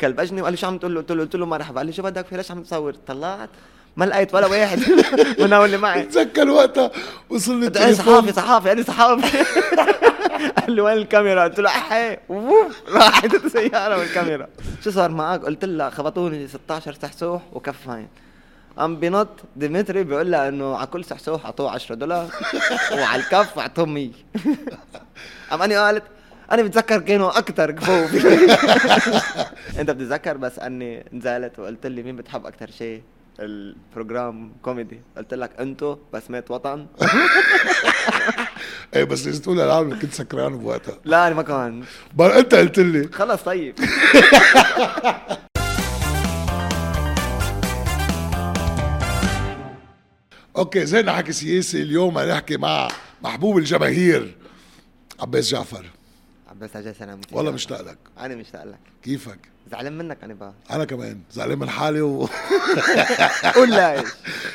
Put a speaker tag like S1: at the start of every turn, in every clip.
S1: كلب اجنبي قال لي شو عم تقول له قلت له قلت له مرحبا قال لي شو بدك في ليش عم تصور طلعت ما لقيت ولا واحد من هول اللي معي
S2: بتذكر وقتها وصل لي
S1: قلت انا صحافي
S2: التليفون
S1: صحافي انا صحافي قال لي وين الكاميرا؟ قلت له احي ووف، راحت السياره والكاميرا شو صار معك؟ قلت لها خبطوني 16 سحسوح وكفاين قام بنط ديمتري بيقول لها انه على كل سحسوح اعطوه 10 دولار وعلى الكف اعطوه 100 قام اني قالت انا بتذكر كانوا اكثر كفوف انت بتتذكر بس اني نزلت وقلت لي مين بتحب اكثر شيء البروجرام كوميدي قلت لك انتو بسمات وطن
S2: ايه بس لازم تقول العالم اللي كنت سكران بوقتها
S1: لا انا ما كان
S2: بقى انت قلت لي
S1: خلص طيب
S2: اوكي زين حكي سياسي اليوم هنحكي مع محبوب الجماهير عباس جعفر
S1: عباس عجل سلام
S2: والله مشتاق لك
S1: انا مشتاق لك
S2: كيفك
S1: زعلان منك انا بقى
S2: انا كمان زعلان من حالي و...
S1: قول ليش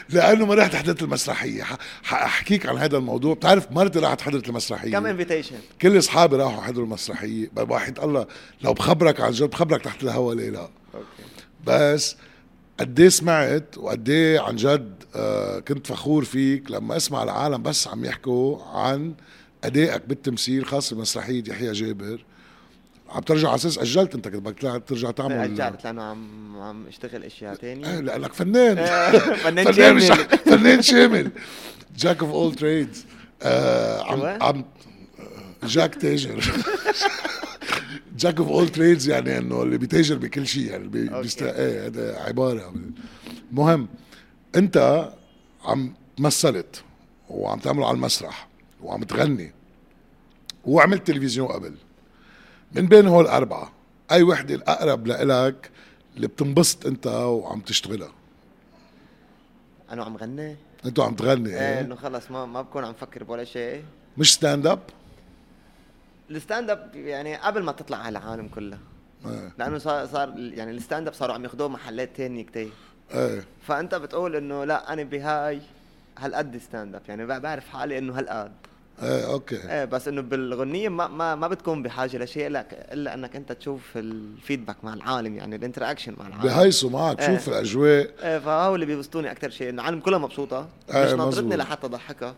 S2: لانه ما رحت حضرت المسرحيه ح... حاحكيك عن هذا الموضوع بتعرف مرتي راحت حضرت المسرحيه
S1: كم انفيتيشن
S2: كل اصحابي راحوا حضروا المسرحيه بقى واحد الله لو بخبرك عن جد بخبرك تحت الهوا ليه لا
S1: اوكي
S2: بس قد ايه سمعت وقد ايه عن جد آه كنت فخور فيك لما اسمع العالم بس عم يحكوا عن ادائك بالتمثيل خاصه بمسرحيه يحيى جابر عم ترجع على اساس اجلت انت كنت بدك تلع- ترجع تعمل
S1: رجعت لانه عم عم اشتغل اشياء
S2: آه،
S1: ثانيه
S2: لانك فنان
S1: فنان
S2: فنان مش
S1: شامل
S2: فنان شامل جاك اوف اول تريدز آه، عم
S1: شو؟
S2: عم جاك تاجر جاك اوف اول تريدز يعني انه اللي بيتاجر بكل شيء يعني بي-
S1: أوكي.
S2: بيست... ايه هذا عباره عن- المهم انت عم مثلت وعم تعمل على المسرح وعم تغني وعملت تلفزيون قبل من بين هول اربعه اي وحده الاقرب لإلك اللي بتنبسط انت وعم تشتغلها
S1: انا عم غني
S2: انت عم تغني
S1: ايه
S2: ايه
S1: انه خلص ما ما بكون عم فكر بولا شيء
S2: مش ستاند اب
S1: الستاند اب يعني قبل ما تطلع على العالم كله
S2: ايه
S1: لانه صار صار يعني الستاند اب صاروا عم ياخذوه محلات ثانيه كتير
S2: ايه
S1: فانت بتقول انه لا انا بهاي هالقد ستاند اب يعني بعرف حالي انه هالقد
S2: ايه اوكي
S1: ايه بس انه بالغنيه ما ما ما بتكون بحاجه لشيء الا الا انك انت تشوف الفيدباك مع العالم يعني الانتراكشن مع العالم
S2: بهيصوا معك
S1: إيه.
S2: شوف الاجواء
S1: ايه فهو اللي بيبسطوني اكثر شيء انه العالم كلها مبسوطه مش
S2: إيه، مزبوط.
S1: ناطرتني لحتى ضحكها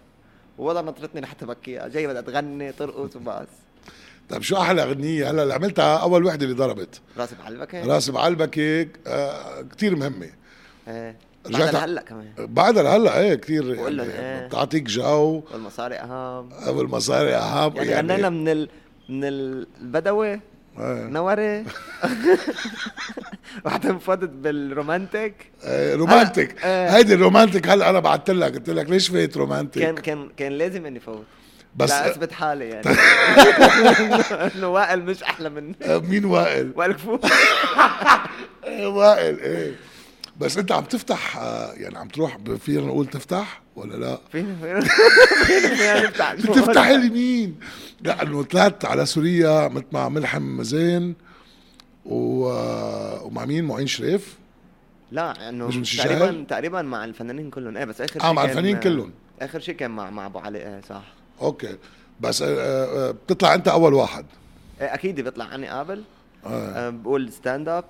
S1: ولا ناطرتني لحتى بكيها جاي بدها تغني ترقص وبس
S2: طيب شو احلى اغنيه هلا اللي عملتها اول وحده اللي ضربت
S1: راسي إيه. بعلبك هيك
S2: راسي بعلبك هيك آه كثير مهمه
S1: ايه
S2: رجعت
S1: رجعت
S2: ع-
S1: هلا كمان
S2: بعدها لهلا ايه كثير
S1: بقول لهم
S2: يعني
S1: إيه.
S2: بتعطيك جو
S1: والمصاري اهم
S2: اول مصاري اهم
S1: يعني غنينا من ال... من ال- البدوي
S2: إيه.
S1: نوري وحتى انفضت بالرومانتيك
S2: إيه، رومانتك
S1: إيه.
S2: هيدي الرومانتك هلا انا بعثت لك قلت لك ليش فات
S1: كان
S2: رومانتك
S1: كان كان لازم اني فوت
S2: بس-
S1: بس لا اثبت حالي يعني انه وائل مش احلى من
S2: آه، مين وائل
S1: وائل كفور
S2: ايه وائل ايه بس انت عم تفتح آه، يعني عم تروح ب- فينا نقول تفتح ولا لا؟
S1: فين فين فين نفتح شو
S2: بتفتح اليمين لانه طلعت على سوريا مثل مع ملحم زين و... آه، ومع مين معين شريف
S1: لا
S2: مش من
S1: انه
S2: الشجاعة؟
S1: تقريبا تقريبا مع الفنانين كلهم ايه بس اخر
S2: آه،
S1: شيء
S2: مع
S1: كان-
S2: الفنانين كلهم.
S1: اخر شيء كان مع مع ابو علي ايه صح
S2: اوكي بس آه، آه، آه، بتطلع انت اول واحد
S1: إيه اكيد بيطلع عني قابل
S2: آه.
S1: آه، بقول ستاند اب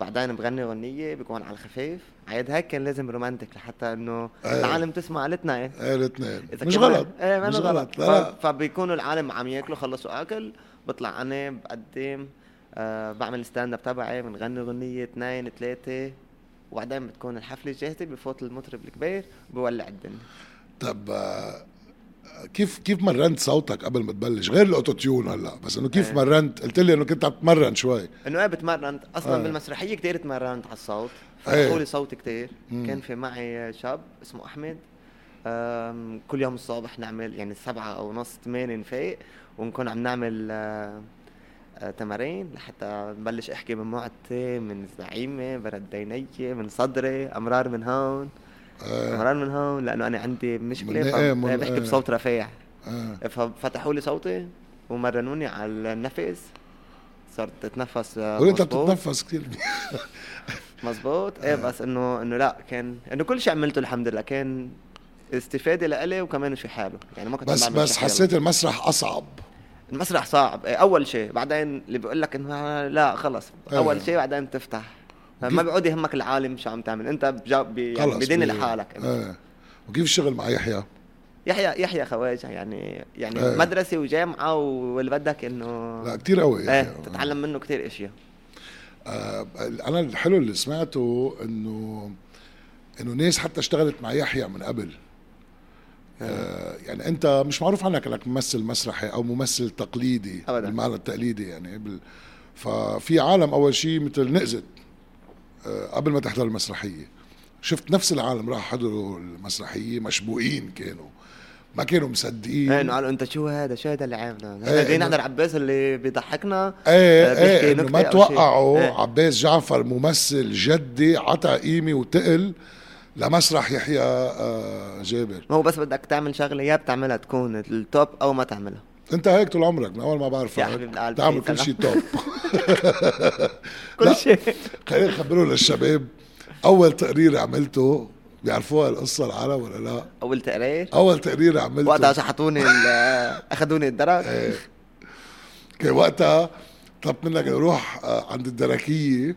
S1: بعدين بغني غنية بكون على الخفيف عيد هيك كان لازم رومانتك لحتى انه
S2: إيه.
S1: العالم تسمع لتنا ايه
S2: ايه الاثنين
S1: إذا
S2: مش
S1: كمان-
S2: غلط
S1: ايه ما
S2: مش
S1: أنا غلط
S2: لا لا
S1: ف- فبيكونوا العالم عم ياكلوا خلصوا اكل بطلع انا بقدم آه بعمل ستاند اب تبعي بنغني غنيه اثنين ثلاثه وبعدين بتكون الحفله جاهزه بفوت المطرب الكبير بولع الدنيا
S2: طب آه، كيف كيف مرنت صوتك قبل ما تبلش غير الاوتو تيون هلا بس انه كيف
S1: إيه.
S2: مرنت قلت لي انه كنت عم تتمرن شوي
S1: انه ايه بتمرنت اصلا
S2: آه.
S1: آه. بالمسرحيه كثير تمرنت على الصوت
S2: إيه.
S1: فتحوا لي صوتي كثير
S2: مم.
S1: كان في معي شاب اسمه احمد آم، كل يوم الصبح نعمل يعني سبعة او نص ثمانية نفيق ونكون عم نعمل آه، آه، تمارين لحتى نبلش احكي من معدتي من زعيمي برد دينية من صدري امرار من هون
S2: آه.
S1: امرار من هون لانه انا عندي
S2: من-
S1: مشكله
S2: إيه، من- إيه.
S1: فبحكي بصوت رفيع
S2: آه.
S1: ففتحوا لي صوتي ومرنوني على النفس صرت اتنفس آه،
S2: وانت
S1: مظبوط.
S2: بتتنفس كثير
S1: مزبوط
S2: آه.
S1: ايه بس انه انه لا كان انه كل شيء عملته الحمد لله كان استفاده لإلي وكمان شي حلو يعني ما كنت
S2: بس
S1: بعمل
S2: بس
S1: شي حلو.
S2: حسيت المسرح اصعب
S1: المسرح صعب إيه، اول شيء بعدين اللي بيقول لك انه لا خلص
S2: إيه.
S1: اول شيء بعدين تفتح ما
S2: كيف-
S1: بيعود يهمك العالم شو عم تعمل انت بجا- بي- يعني
S2: خلص
S1: بدين
S2: بي-
S1: لحالك إنت.
S2: ايه وكيف الشغل مع يحيى؟
S1: يحيى يحيى خواجه يعني يعني
S2: إيه.
S1: مدرسه وجامعه واللي بدك انه
S2: لا كثير قوي
S1: ايه
S2: يحيى.
S1: تتعلم منه كثير اشياء
S2: آه، انا الحلو اللي سمعته انه انه ناس حتى اشتغلت مع يحيى من قبل آه، يعني انت مش معروف عنك انك ممثل مسرحي او ممثل تقليدي
S1: أبداً.
S2: بالمعنى التقليدي يعني بال... ففي عالم اول شيء مثل نقزت آه، قبل ما تحضر المسرحيه شفت نفس العالم راح حضروا المسرحيه مشبوقين كانوا ما كانوا مصدقين
S1: ايه انه قالوا انت شو هذا شو هذا اللي عامله
S2: إيه،
S1: هذا جاي
S2: إنه-
S1: نحضر عباس اللي بيضحكنا
S2: ايه
S1: آه، بيحكي
S2: ايه انه ما
S1: نكتة أو شيء.
S2: توقعوا
S1: إيه.
S2: عباس جعفر ممثل جدي عطى قيمه وتقل لمسرح يحيى آه جابر
S1: ما هو بس بدك تعمل شغله يا بتعملها تكون التوب او ما تعملها
S2: انت هيك طول عمرك من اول ما بعرفك
S1: يا حبيب القلب،
S2: تعمل
S1: في
S2: كل شيء
S1: سلام.
S2: توب لا.
S1: كل شيء
S2: خلينا نخبره للشباب اول تقرير عملته بيعرفوها القصه العرب ولا لا
S1: اول تقرير
S2: اول تقرير إيه. عملته
S1: وقتها شحطوني ال- اخذوني الدرج
S2: كان وقتها طلبت منك نروح آه، عند الدركيه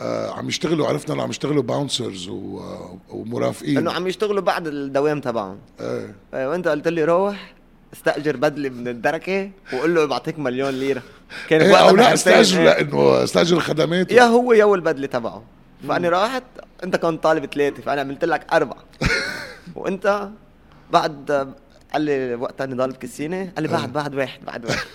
S2: آه، عم يشتغلوا عرفنا انه عم يشتغلوا باونسرز و- آه، ومرافقين
S1: انه عم يشتغلوا بعد الدوام تبعهم
S2: ايه
S1: إيه، وانت قلت لي روح استاجر بدله من الدركه وقول له بعطيك مليون ليره كان
S2: ايه
S1: وقتها
S2: او لا
S1: بحسين،
S2: استاجر
S1: إيه.
S2: لانه استاجر خدماته
S1: يا هو يا هو البدله تبعه فانا رحت انت كنت طالب ثلاثه فانا عملت لك اربعه وانت بعد قال لي وقتها نضال بكسينه قال لي بعد
S2: آه.
S1: بعد واحد بعد واحد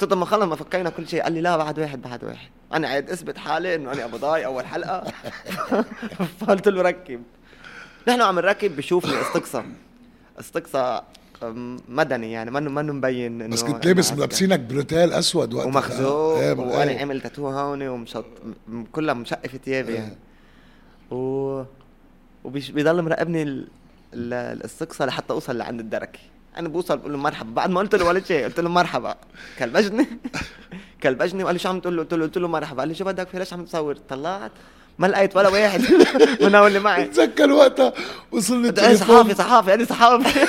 S1: قلت له ما خلص ما فكينا كل شيء قال لي لا بعد واحد بعد واحد انا قاعد اثبت حالي انه انا ابو ضاي اول حلقه فقلت له ركب نحن عم نركب بشوفني استقصى استقصى أم، مدني يعني منه منه مبين انه
S2: بس كنت لابس
S1: إنه عسكري.
S2: ملابسينك بروتال اسود وقتها
S1: ومخزوق
S2: ايه ما-
S1: وانا
S2: ايه.
S1: عامل تاتو هون ومشط م- كلها مشقفه ثيابي
S2: إيه.
S1: يعني و وبيضل مراقبني ال... ال... الاستقصى لحتى اوصل لعند الدركه انا بوصل بقول له مرحبا بعد ما قلت له ولا شيء قلت له مرحبا كلبجني كلبجني وقال لي شو عم تقول له قلت له قلت له مرحبا قال لي شو بدك في ليش عم تصور طلعت ما لقيت ولا واحد من هول اللي معي
S2: بتذكر وقتها وصل لي
S1: قلت انا صحافي
S2: التليفون
S1: صحافي انا صحافي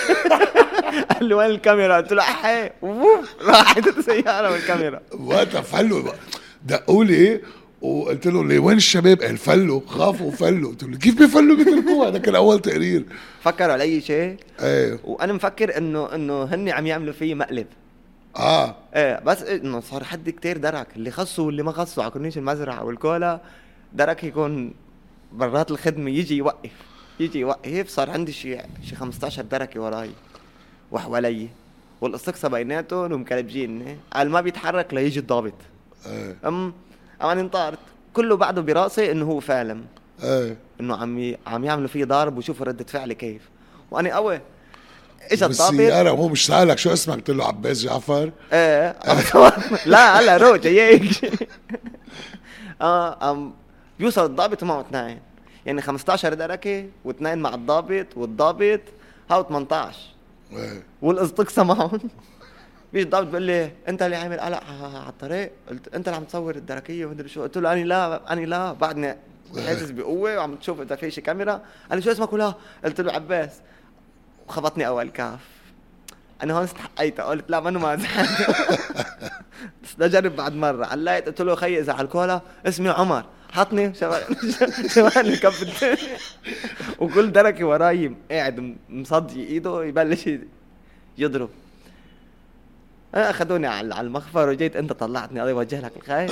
S1: قال لي وين الكاميرا قلت له احي ووف، راحت السياره والكاميرا
S2: وقتها فلوا بقى. دقوا لي وقلت له ليه وين الشباب؟ قال فلوا خافوا فلوا قلت له كيف بيفلوا بيتركوها هذا كان اول تقرير
S1: فكروا علي شيء
S2: ايه
S1: وانا مفكر انه انه هن عم يعملوا فيي مقلب
S2: اه
S1: ايه بس انه صار حد كتير درك اللي خصه واللي ما خصه على كورنيش المزرعه والكولا درك يكون برات الخدمه يجي يوقف يجي يوقف صار عندي شي يعني، شي 15 دركه وراي وحوالي والاستقصى بيناتهم ومكلبجين قال ما بيتحرك ليجي الضابط
S2: ايه
S1: ام ام انا انطرت كله بعده براسي انه هو فالم
S2: ايه
S1: انه عم ي... عم يعملوا فيه ضرب وشوفوا رده فعلي كيف وانا قوي اجى الضابط
S2: بالسيارة وهو مش سألك شو اسمك قلت له عباس جعفر
S1: ايه لا هلا روح جايك اه ام بيوصل الضابط ومعه اثنين يعني 15 دركه واثنين مع الضابط والضابط هاو 18
S2: ايه
S1: والاستقصى معهم بيجي الضابط بيقول لي انت اللي عامل قلق ع- على الطريق قلت انت اللي عم تصور الدركيه ومدري شو قلت له انا لا انا لا بعدني حاسس بقوه وعم تشوف اذا في شي كاميرا قال لي شو اسمك ولا قلت له عباس وخبطني اول كاف انا هون استحقيتها قلت لا منو ما بس بدي اجرب بعد مره علقت قلت له خيي اذا على الكولا اسمي عمر حطني شمال شمال الكف التاني. وكل دركه وراي قاعد م- مصدي ايده يبلش ي- يضرب آه، اخذوني على على المخفر وجيت انت طلعتني الله يوجه لك الخير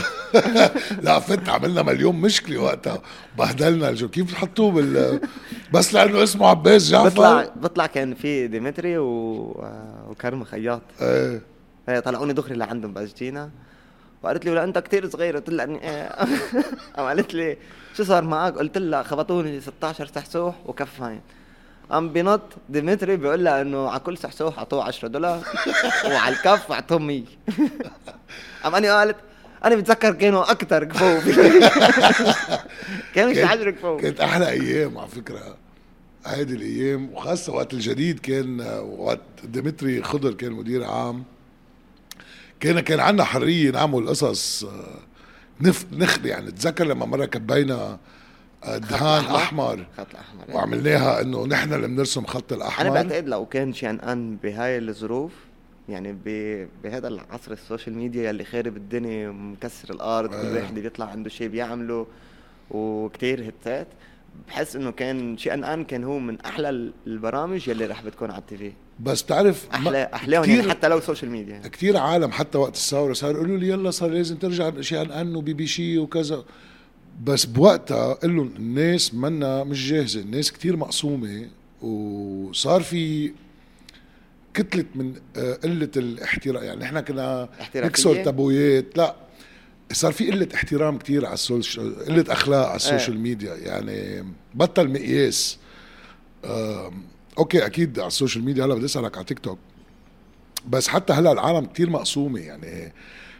S2: لا فت عملنا مليون مشكلة وقتها بهدلنا الجو كيف حطوه بال بس لأنه اسمه عباس جعفر
S1: بطلع بطلع كان في ديمتري و... آه، وكرم خياط
S2: ايه
S1: هي طلعوني دغري لعندهم بس جينا وقالت لي ولا انت كثير صغير قلت لها اني ايه قام قالت لي شو صار معك قلت لها خبطوني 16 سحسوح وكف هاي قام بنط ديمتري بيقول لها انه على كل سحسوح اعطوه 10 دولار وعلى الكف اعطوهم 100 قام اني قالت انا بتذكر كانوا اكثر كفو كانوا
S2: كانت-
S1: يستعجلوا كفو
S2: كانت احلى ايام على فكره هيدي الايام وخاصه وقت الجديد كان وقت ديمتري خضر كان مدير عام كان كان عندنا حريه نعمل قصص آه، نف نخ يعني تذكر لما مره كبينا آه، دهان احمر
S1: خط الاحمر
S2: وعملناها انه نحن اللي بنرسم خط
S1: انا
S2: الاحمر
S1: بعتقد لو كان شي ان ان بهاي الظروف يعني ب- بهذا العصر السوشيال ميديا اللي خارب الدنيا مكسر الارض كل
S2: آه.
S1: واحد بيطلع عنده شيء بيعمله وكتير هتات بحس انه كان شي ان ان كان هو من احلى ال- البرامج يلي رح بتكون على التي في
S2: بس تعرف
S1: احلى احلاهم يعني حتى لو سوشيال ميديا يعني.
S2: كثير عالم حتى وقت الثوره صار يقولوا لي يلا صار لازم ترجع شيء عن ان وبي بي شي وكذا بس بوقتها قل لهم الناس منا مش جاهزه الناس كثير مقسومه وصار في كتله من آه، قله الاحترام يعني نحن كنا
S1: احترافية؟
S2: نكسر تابويات لا صار في قله احترام كثير على السوشيال قله اخلاق على السوشيال ميديا يعني بطل مقياس آم، اوكي اكيد على السوشيال ميديا هلا بدي اسالك على تيك توك بس حتى هلا العالم كتير مقسومه يعني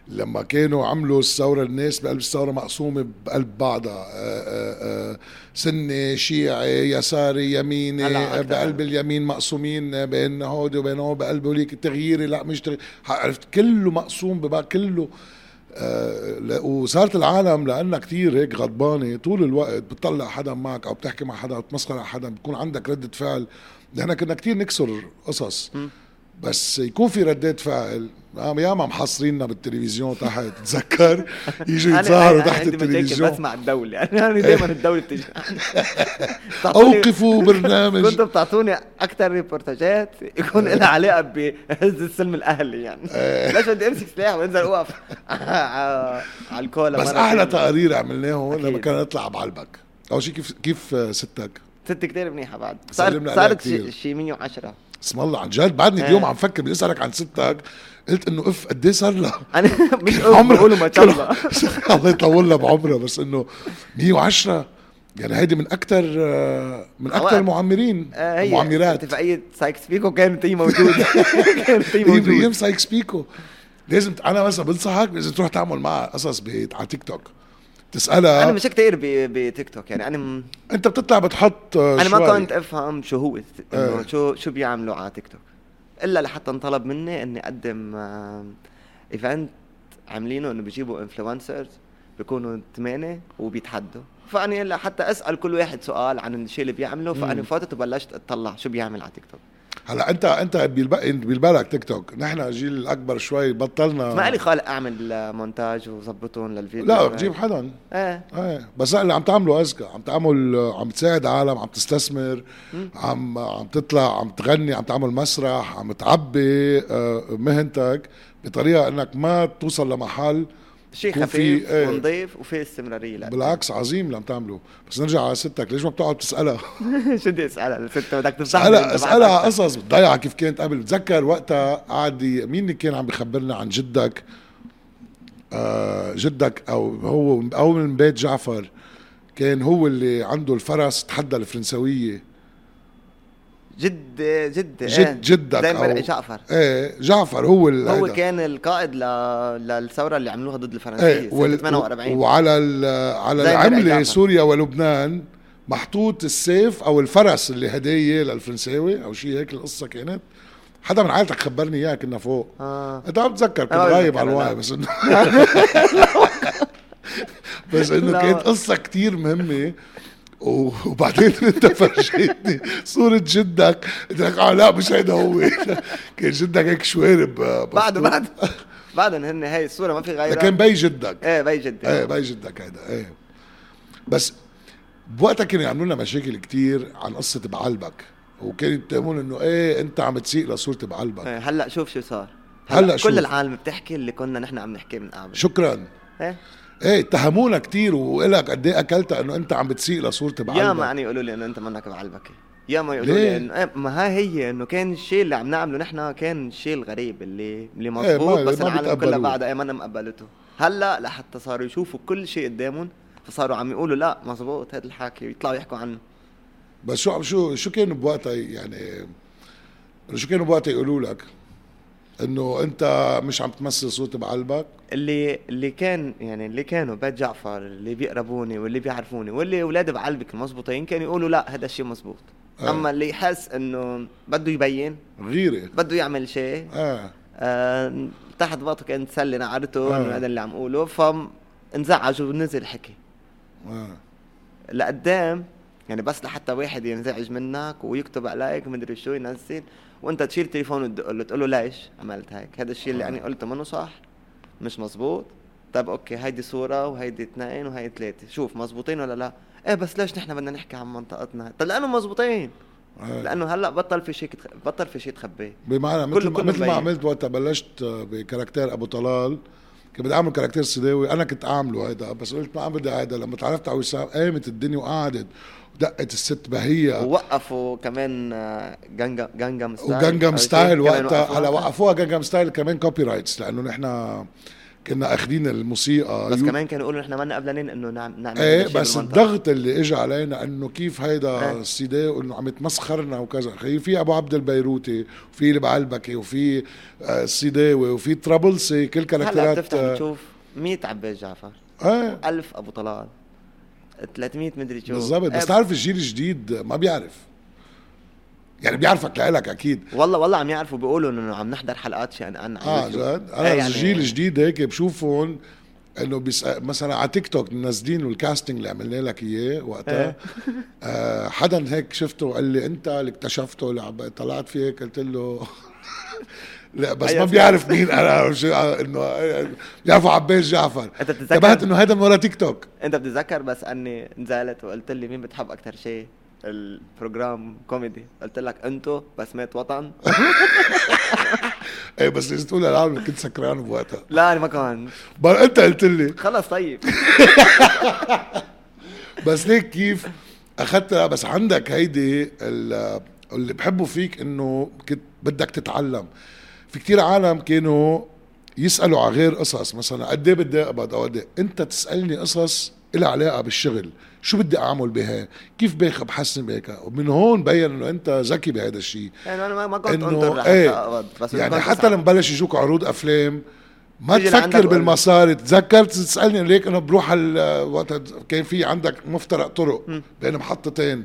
S2: لما كانوا عملوا الثوره الناس بقلب الثوره مقسومه بقلب بعضها آه، آه، آه، سني شيعي يساري يميني
S1: هلا
S2: آه،
S1: أكتر.
S2: بقلب اليمين مقسومين بين هودي وبين هو بقلب هوليك تغييري لا مش تغييري عرفت كله مقسوم ببعض كله آه، لا- وصارت العالم لانها كتير هيك غضبانه طول الوقت بتطلع حدا معك او بتحكي مع حدا او بتمسخر على حدا بتكون عندك رده فعل نحن كنا كتير نكسر قصص بس يكون في ردات فعل نعم، عم- ياما محصريننا بالتلفزيون تحت تتذكر يجوا
S1: أنا-
S2: يتظاهروا
S1: أنا- أنا
S2: تحت
S1: عندي مشاكل
S2: التلفزيون
S1: بس مع الدولة يعني أنا دائما الدولة بتجي
S2: اوقفوا برنامج
S1: كنتوا بتعطوني أكثر ريبورتاجات يكون لها علاقة بهز السلم الأهلي يعني
S2: آه،
S1: ليش بدي أمسك سلاح وأنزل أوقف على على الكولا
S2: بس
S1: مرة
S2: احلى
S1: تانية.
S2: تقارير عملناه لما
S1: إيه. أكيد.
S2: كنا نطلع بعلبك اول شيء كيف كيف آه، ستك
S1: ست كتير منيحة بعد
S2: سلمنا
S1: صارت
S2: عليها
S1: صارت
S2: كتير.
S1: شي- شي 110
S2: اسم الله عن جد بعدني
S1: إيه.
S2: اليوم عم فكر بدي اسالك عن ستك قلت انه اف قد ايه صار لها
S1: أنا مش عمري بقولوا ما شاء الله
S2: الله يطول لها بعمرها بس انه 110 يعني هيدي من اكثر من اكثر
S1: أوقات.
S2: المعمرين
S1: آه، هي
S2: المعمرات
S1: اتفاقية سايكس بيكو كانت هي موجودة كانت هي
S2: ايام ايام
S1: موجودة
S2: سايكس بيكو لازم ت- انا مثلا بنصحك لازم تروح تعمل معها قصص بيت على تيك توك تسالها
S1: أنا مش كتير ب- بتيك توك يعني أنا م-
S2: انت بتطلع بتحط آه،
S1: انا ما
S2: شوي.
S1: كنت افهم شو هو الت-
S2: آه.
S1: انه شو شو بيعملوا على تيك توك الا لحتى انطلب مني اني اقدم آم، ايفنت عاملينه انه بيجيبوا انفلونسرز بيكونوا ثمانية وبيتحدوا فاني الا حتى اسال كل واحد سؤال عن الشيء اللي بيعمله فانا فاتت وبلشت اطلع شو بيعمل على تيك توك
S2: هلا انت انت بالبق- بالبالك تيك توك نحن الجيل الاكبر شوي بطلنا
S1: ما لي خلق اعمل آه، مونتاج وظبطهم للفيديو
S2: آه. لا بجيب حدا
S1: ايه
S2: ايه بس لا، اللي عم تعمله اذكى عم تعمل آه، عم تساعد عالم عم تستثمر عم عم تطلع عم تغني عم تعمل مسرح عم تعبي آه، مهنتك بطريقه انك ما توصل لمحل
S1: شيء
S2: يكون
S1: خفيف
S2: إيه،
S1: ونظيف وفي استمراريه لا
S2: بالعكس عظيم اللي عم تعمله بس نرجع على ستك ليش ما بتقعد تسالها
S1: شو بدي اسالها الست بدك تفضحني أنت
S2: اسالها
S1: بعد
S2: اسالها
S1: أكتر.
S2: على قصص بتضيع كيف كانت قبل بتذكر وقتها قعد ي- مين اللي كان عم بخبرنا عن جدك آه جدك او هو او من بيت جعفر كان هو اللي عنده الفرس تحدى الفرنسويه
S1: جد جد
S2: جد-
S1: إيه.
S2: جدك
S1: زي مرعي
S2: أو-
S1: جعفر
S2: ايه جعفر هو اللي
S1: هو كان القائد ل... للثوره اللي عملوها ضد الفرنسيين
S2: ايه
S1: سنه
S2: وال...
S1: 48
S2: وعلى ال... على
S1: زي مرعي
S2: العمله
S1: جعفر.
S2: سوريا ولبنان محطوط السيف او الفرس اللي هديه للفرنساوي او شيء هيك القصه كانت حدا من عائلتك خبرني اياها كنا فوق
S1: اه
S2: انت عم تذكر كنت
S1: أنا ما
S2: غايب
S1: بتذكر،
S2: على الوعي
S1: لا.
S2: بس انه بس انه
S1: لا.
S2: كانت قصه كتير مهمه و- وبعدين انت فرجيتني صورة جدك قلت لك اه لا مش هيدا هو كان جدك هيك شوارب آه،
S1: بعده
S2: مفتوح.
S1: بعد أيوة. بعدهم هن هي الصوره ما في
S2: ده
S1: غيرها
S2: كان بي جدك
S1: ايه بي جدي
S2: ايه بي جدك هيدا ايه بس بوقتها كانوا يعملوا لنا مشاكل كتير عن قصة بعلبك وكانوا يتهمون انه ايه انت عم تسيء لصورة بعلبك
S1: إيه، هلا شوف شو صار
S2: هلأ
S1: هلا
S2: شوف.
S1: كل العالم بتحكي اللي كنا نحن عم نحكي من قبل
S2: شكرا
S1: ايه
S2: ايه اتهمونا كتير وإلك قد ايه اكلتها انه انت عم بتسيء لصورتي
S1: يا
S2: بعلبك
S1: ما يعني يقولوا لي انه انت منك بعلبكي يا ما يقولوا
S2: ليه؟
S1: لي انه إيه، ما ها هي انه كان الشيء اللي عم نعمله نحن كان الشيء الغريب اللي اللي مضبوط بس
S2: إيه، ما
S1: العالم كلها
S2: بيتقبلوه.
S1: بعدها ايه ما أنا مقبلته هلا لحتى صاروا يشوفوا كل شيء قدامهم فصاروا عم يقولوا لا مزبوط هذا الحكي ويطلعوا يحكوا عنه
S2: بس شو عم- شو شو كانوا بوقتها يعني شو كانوا بوقتها يقولوا لك انه انت مش عم تمثل صورتي بعلبك
S1: اللي اللي كان يعني اللي كانوا بيت جعفر اللي بيقربوني واللي بيعرفوني واللي اولاد بعلبك المزبوطين كانوا يقولوا لا هذا الشيء مزبوط
S2: آه.
S1: اما اللي يحس انه بده يبين
S2: غيره
S1: بده يعمل شيء
S2: اه
S1: آه تحت ضغطه كان تسلي نعرته
S2: آه.
S1: انه هذا اللي عم اقوله فانزعج ونزل حكي
S2: اه
S1: لقدام يعني بس لحتى واحد ينزعج منك ويكتب عليك مدري شو ينزل وانت تشيل تليفون وتدق له تقول له ليش عملت هيك هذا الشيء اللي
S2: آه.
S1: انا قلته منه صح مش مزبوط طب اوكي هيدي صوره وهيدي اثنين وهيدي ثلاثه شوف مزبوطين ولا لا ايه بس ليش نحن بدنا نحكي عن منطقتنا طيب طب لانه مزبوطين
S2: إيه.
S1: لانه هلا بطل في شيء كتخ... بطل في شيء تخبيه
S2: بمعنى
S1: كله-
S2: مثل ما
S1: كله
S2: مثل ما
S1: مبين.
S2: عملت وقت بلشت بكاركتير ابو طلال كنت بدي اعمل كاركتير سداوي انا كنت اعمله هيدا بس قلت ما عم بدي هيدا لما تعرفت على وسام قامت الدنيا وقعدت ودقت الست بهيه
S1: ووقفوا كمان آه، جنجا جنجم ستايل
S2: وجنجم
S1: أو شيء.
S2: ستايل
S1: كمان
S2: وقتها
S1: وقفوها.
S2: هلا وقفوها جنجم ستايل كمان كوبي رايتس لانه نحن كنا اخذين الموسيقى
S1: بس
S2: يو-
S1: كمان كانوا يقولوا نحن ما قبلانين انه نعم- نعمل هيدا
S2: ايه
S1: الشيء
S2: أيوه. بس
S1: بالمنطقة.
S2: الضغط اللي اجى علينا انه كيف هيدا
S1: إيه.
S2: السيداء انه عم يتمسخرنا وكذا خي في ابو عبد البيروتي وفي البعلبكي وفي آه، السيداوي وفي طرابلسي كل
S1: هلا
S2: كاركترات
S1: بتفتح
S2: آه،
S1: بتشوف 100 عباس جعفر
S2: ايه
S1: 1000 ابو طلال 300 مدري شو
S2: بالضبط بس
S1: إيه،
S2: تعرف الجيل الجديد ما بيعرف يعني بيعرفك لإلك اكيد
S1: والله والله عم يعرفوا بيقولوا انه عم نحضر حلقات شيء عن عن
S2: اه
S1: يوتيوب.
S2: جد
S1: إيه
S2: انا الجيل الجديد هيك بشوفهم انه بيس... مثلا على تيك توك منزلين الكاستنج اللي عملنا لك اياه وقتها
S1: إيه.
S2: آه حدا هيك شفته وقال لي انت اللي اكتشفته اللي عم- طلعت فيك قلت له لا بس ما
S1: أيوة.
S2: بيعرف مين انا أو شو- انه بيعرفوا عباس جعفر
S1: انت بتتذكر-
S2: انتبهت انه هذا من ورا تيك توك
S1: انت بتتذكر بس اني نزلت وقلت لي مين بتحب اكثر شيء البروجرام كوميدي قلت لك انتو بسمات وطن
S2: ايه بس لازم تقول العالم كنت سكران بوقتها
S1: لا أنا ما كان
S2: بل انت قلت لي
S1: خلص طيب
S2: بس ليك كيف اخذت بس عندك هيدي ال- اللي بحبه فيك انه كنت بدك تتعلم في كتير عالم كانوا يسالوا على غير قصص مثلا قد ايه بدي اقبض او قد إيه. انت تسالني قصص لها علاقه بالشغل شو بدي اعمل بها كيف باخ بحسن بهيك ومن هون بين انه انت ذكي بهذا الشيء
S1: يعني انا ما- ما كنت
S2: إنه
S1: انطر لحتى
S2: إيه،
S1: اقبض بس
S2: يعني
S1: كنت
S2: حتى
S1: أسعى.
S2: لما بلش يجوك عروض افلام ما
S1: تيجي لعندك
S2: تفكر
S1: وقول-
S2: بالمصاري تذكرت تسالني ليك انه بروح على- وقت كان في عندك مفترق طرق بين محطتين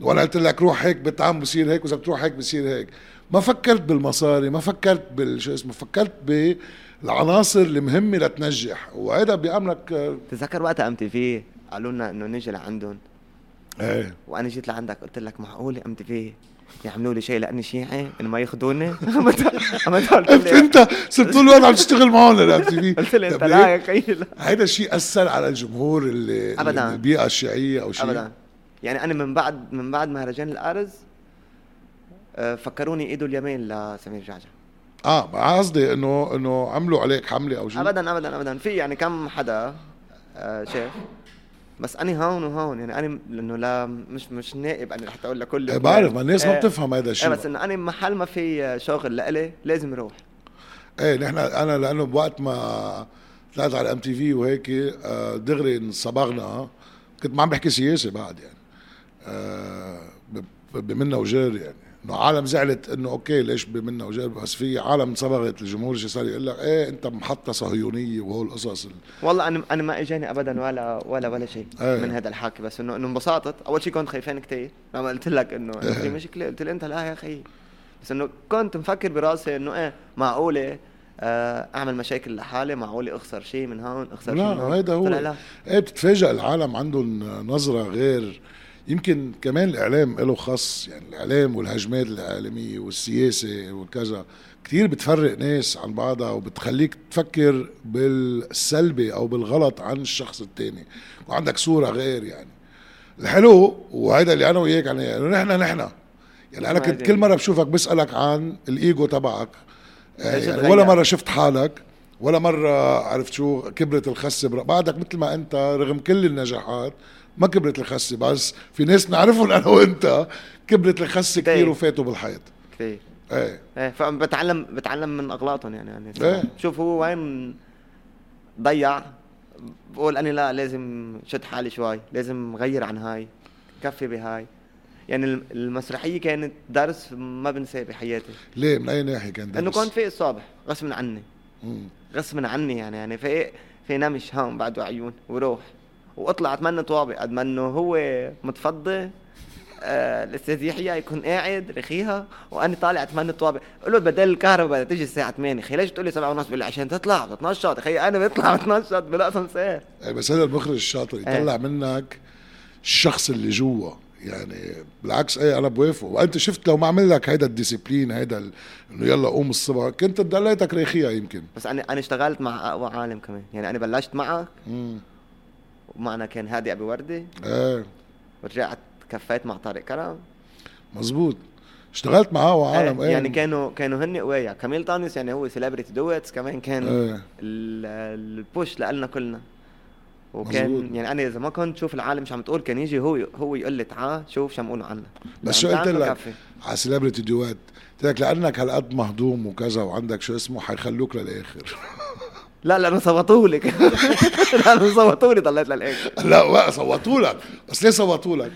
S2: وانا قلت لك روح هيك بتعم بصير هيك واذا بتروح هيك بصير هيك ما فكرت بالمصاري ما فكرت بالشو اسمه فكرت بالعناصر المهمه لتنجح وهذا بيعملك آه،
S1: تتذكر وقتها ام تي في قالوا لنا انه نجي لعندهم
S2: ايه
S1: وانا جيت لعندك قلت لك معقوله ام تي في يعملوا لي شيء لاني شيعي انه ما ياخذوني عم تقول- عم تقول
S2: انت
S1: لي-
S2: انت صرت طول الوقت عم تشتغل معهم للام تي في
S1: قلت لي انت لا يا خيي لا
S2: هيدا الشيء اثر على الجمهور اللي
S1: أبداً.
S2: اللي بالبيئه الشيعيه او شيء
S1: ابدا يعني انا من بعد من بعد مهرجان الارز آه، فكروني ايده اليمين لسمير جعجع
S2: اه ما قصدي انه انه عملوا عليك حمله او شيء
S1: ابدا ابدا ابدا في يعني كم حدا آه، شاف بس انا هون وهون يعني انا لانه لا مش مش نائب انا رح اقول لكل
S2: إيه بعرف ما الناس ما
S1: إيه.
S2: بتفهم هذا
S1: ايه
S2: الشيء
S1: بس انه انا محل ما في شغل لإلي لازم اروح
S2: ايه نحن انا لانه بوقت ما طلعت على ام تي في وهيك آه، دغري انصبغنا كنت ما عم بحكي سياسه بعد يعني آه، ب- بمنا وجار يعني انه عالم زعلت انه اوكي ليش بمنا وجار بس في عالم انصبغت الجمهور شي صار يقول لك ايه انت محطه صهيونيه وهول القصص ال-
S1: والله انا انا ما اجاني ابدا ولا ولا ولا شيء
S2: إيه.
S1: من هذا الحكي بس انه انه انبسطت اول شيء كنت خايفان كثير لما قلت لك انه
S2: إيه.
S1: إنه في مشكله قلت لي انت لا يا اخي بس انه كنت مفكر براسي انه ايه معقوله آه، اعمل مشاكل لحالي معقوله اخسر شيء من هون اخسر شيء من
S2: لا
S1: هون
S2: هيدا هو
S1: طلع لا
S2: ايه بتتفاجئ العالم عندهم نظرة غير يمكن كمان الإعلام له خاص يعني الإعلام والهجمات الإعلامية والسياسة وكذا كتير بتفرق ناس عن بعضها وبتخليك تفكر بالسلبي أو بالغلط عن الشخص التاني وعندك صورة غير يعني الحلو وهيدا اللي أنا وياك يعني إنه نحن نحن يعني أنا كنت كل مرة بشوفك بسألك عن الإيجو تبعك آه،
S1: إيش
S2: يعني
S1: تغير؟
S2: ولا مرة شفت حالك ولا مرة عرفت شو كبرت الخسة برا- بعدك مثل ما انت رغم كل النجاحات ما كبرت الخسة بس في ناس نعرفهم انا وانت كبرت الخسة
S1: طيب.
S2: كثير وفاتوا بالحيط
S1: كثير
S2: ايه
S1: ايه فبتعلم بتعلم من اغلاطهم يعني يعني
S2: إيه.
S1: شوف هو وين ضيع بقول انا لا لازم شد حالي شوي لازم غير عن هاي كفي بهاي يعني الم- المسرحيه كانت درس ما بنساه بحياتي
S2: ليه من اي ناحية كان درس؟
S1: انه كنت فايق الصبح غصب عني
S2: مم.
S1: غصب عني يعني يعني فايق في نمش هون بعده عيون وروح واطلع اتمنى طوابق قد ما انه هو متفضي آه، الاستاذ يحيى يكون قاعد رخيها وانا طالع اتمنى طوابق قول له بدل الكهرباء بدها تيجي الساعه 8 اخي ليش بتقول لي 7 ونص بقول لي عشان تطلع بتنشط اخي انا بطلع بتنشط بلقطه مساء
S2: إيه، ايه بس هذا المخرج الشاطر يطلع منك الشخص اللي جوا يعني بالعكس اي انا بوافق وانت شفت لو ما عمل لك هيدا الديسيبلين هيدا ال- انه يلا قوم الصبح كنت ضليتك ريخيها يمكن
S1: بس انا انا اشتغلت مع اقوى عالم كمان يعني انا بلشت معك
S2: امم
S1: ومعنا كان هادي ابي وردي
S2: ايه
S1: ورجعت كفيت مع طارق كرم
S2: مزبوط اشتغلت معاه وعالم
S1: إيه، يعني كانوا كانوا هن قوايا كميل طانس يعني هو سيلبرتي دويتس كمان كان
S2: ايه
S1: ال- البوش لنا كلنا وكان
S2: مظبوط.
S1: مزبوط. يعني انا اذا ما كنت شوف العالم شو عم تقول كان يجي هو هو يقول لي تعال شوف شو عم يقولوا عنا
S2: بس
S1: إذا
S2: شو
S1: عم
S2: قلت
S1: تعملوا
S2: لك؟
S1: كفي.
S2: على سيلبرتي دوات قلت لك لانك هالقد مهضوم وكذا وعندك شو اسمه حيخلوك للاخر
S1: لا لانه صوتوا لي لانه صوتوا لي ضليت للاخر
S2: لا وقع صوتوا لك بس ليه صوتوا لك؟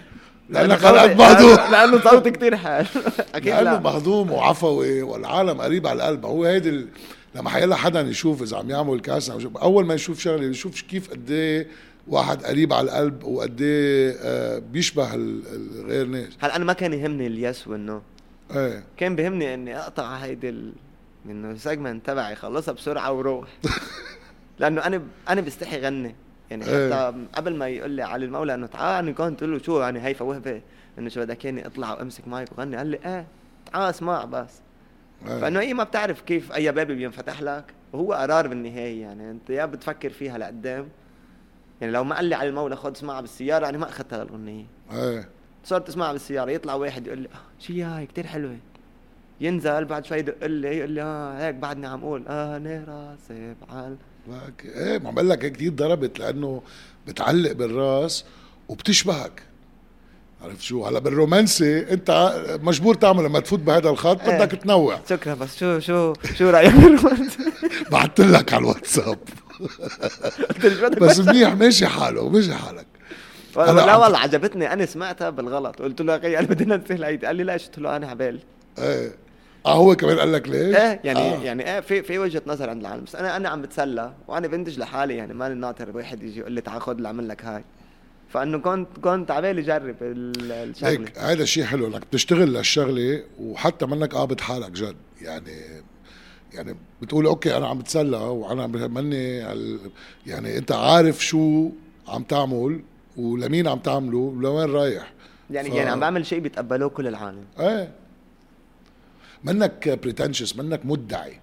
S2: لانك
S1: صوتي-
S2: هالقد مهضوم
S1: لأنه- لانه صوتي كثير حلو اكيد
S2: لانه
S1: لا
S2: مهضوم وعفوي والعالم قريب على القلب هو هيدي ال... لما حيلا حدا يشوف اذا عم يعمل كاس أو شو- اول ما يشوف شغله يشوف كيف قد إيه واحد قريب على القلب وقد ايه آه، بيشبه ال- ال- غير ناس
S1: هلا انا ما كان يهمني اليس والنو
S2: ايه
S1: كان بيهمني اني اقطع هيدي ال... انه السيجمنت تبعي خلصها بسرعه وروح لانه انا انا بستحي غني يعني
S2: إيه.
S1: حتى قبل ما يقول لي علي المولى انه تعال انا كنت اقول له شو يعني هيفا وهبه انه شو بدك اياني اطلع وامسك مايك وغني قال لي ايه تعال اسمع بس فانه
S2: ايه
S1: هي ما بتعرف كيف اي باب بينفتح لك وهو قرار بالنهايه يعني انت يا بتفكر فيها لقدام يعني لو ما قال لي على المولى خد اسمعها بالسياره انا ما اخذتها الاغنيه
S2: ايه
S1: صرت اسمعها بالسياره يطلع واحد يقول لي آه شو هي هاي كثير حلوه ينزل بعد شوي يدق لي يقول لي اه هيك بعدني عم اقول انا راسب على
S2: لك- ايه ما بقول لك هيك كتير ضربت لانه بتعلق بالراس وبتشبهك عرفت شو هلا بالرومانسي انت مجبور تعمل لما تفوت بهذا الخط
S1: إيه.
S2: بدك تنوع
S1: شكرا بس شو شو شو رايك بالرومانس
S2: بعت لك على الواتساب
S1: قلت له شو بدك
S2: بس منيح ماشي حاله ماشي حالك
S1: والله-
S2: هلا
S1: لا
S2: عم-
S1: والله عجبتني انا سمعتها بالغلط قلت له يا اخي انا بدي انسى العيد قال لي لا قلت له انا عبالي
S2: ايه اه هو كمان قال لك ليش؟
S1: ايه يعني
S2: آه.
S1: آه. يعني ايه في في وجهه نظر عند العالم بس انا انا عم بتسلى وانا بنتج لحالي يعني ماني ناطر واحد يجي يقول لي تعال خد اللي عمل لك هاي فانه كنت كنت عبالي جرب ال- الشغله
S2: هيك هذا الشيء حلو انك بتشتغل للشغله وحتى منك قابض حالك جد يعني يعني بتقول اوكي انا عم بتسلى وانا عم- مني ال- يعني انت عارف شو عم تعمل ولمين عم تعمله ولوين رايح
S1: يعني
S2: ف-
S1: ف... يعني عم بعمل شيء بيتقبلوه كل العالم
S2: ايه منك بريتنشس منك مدعي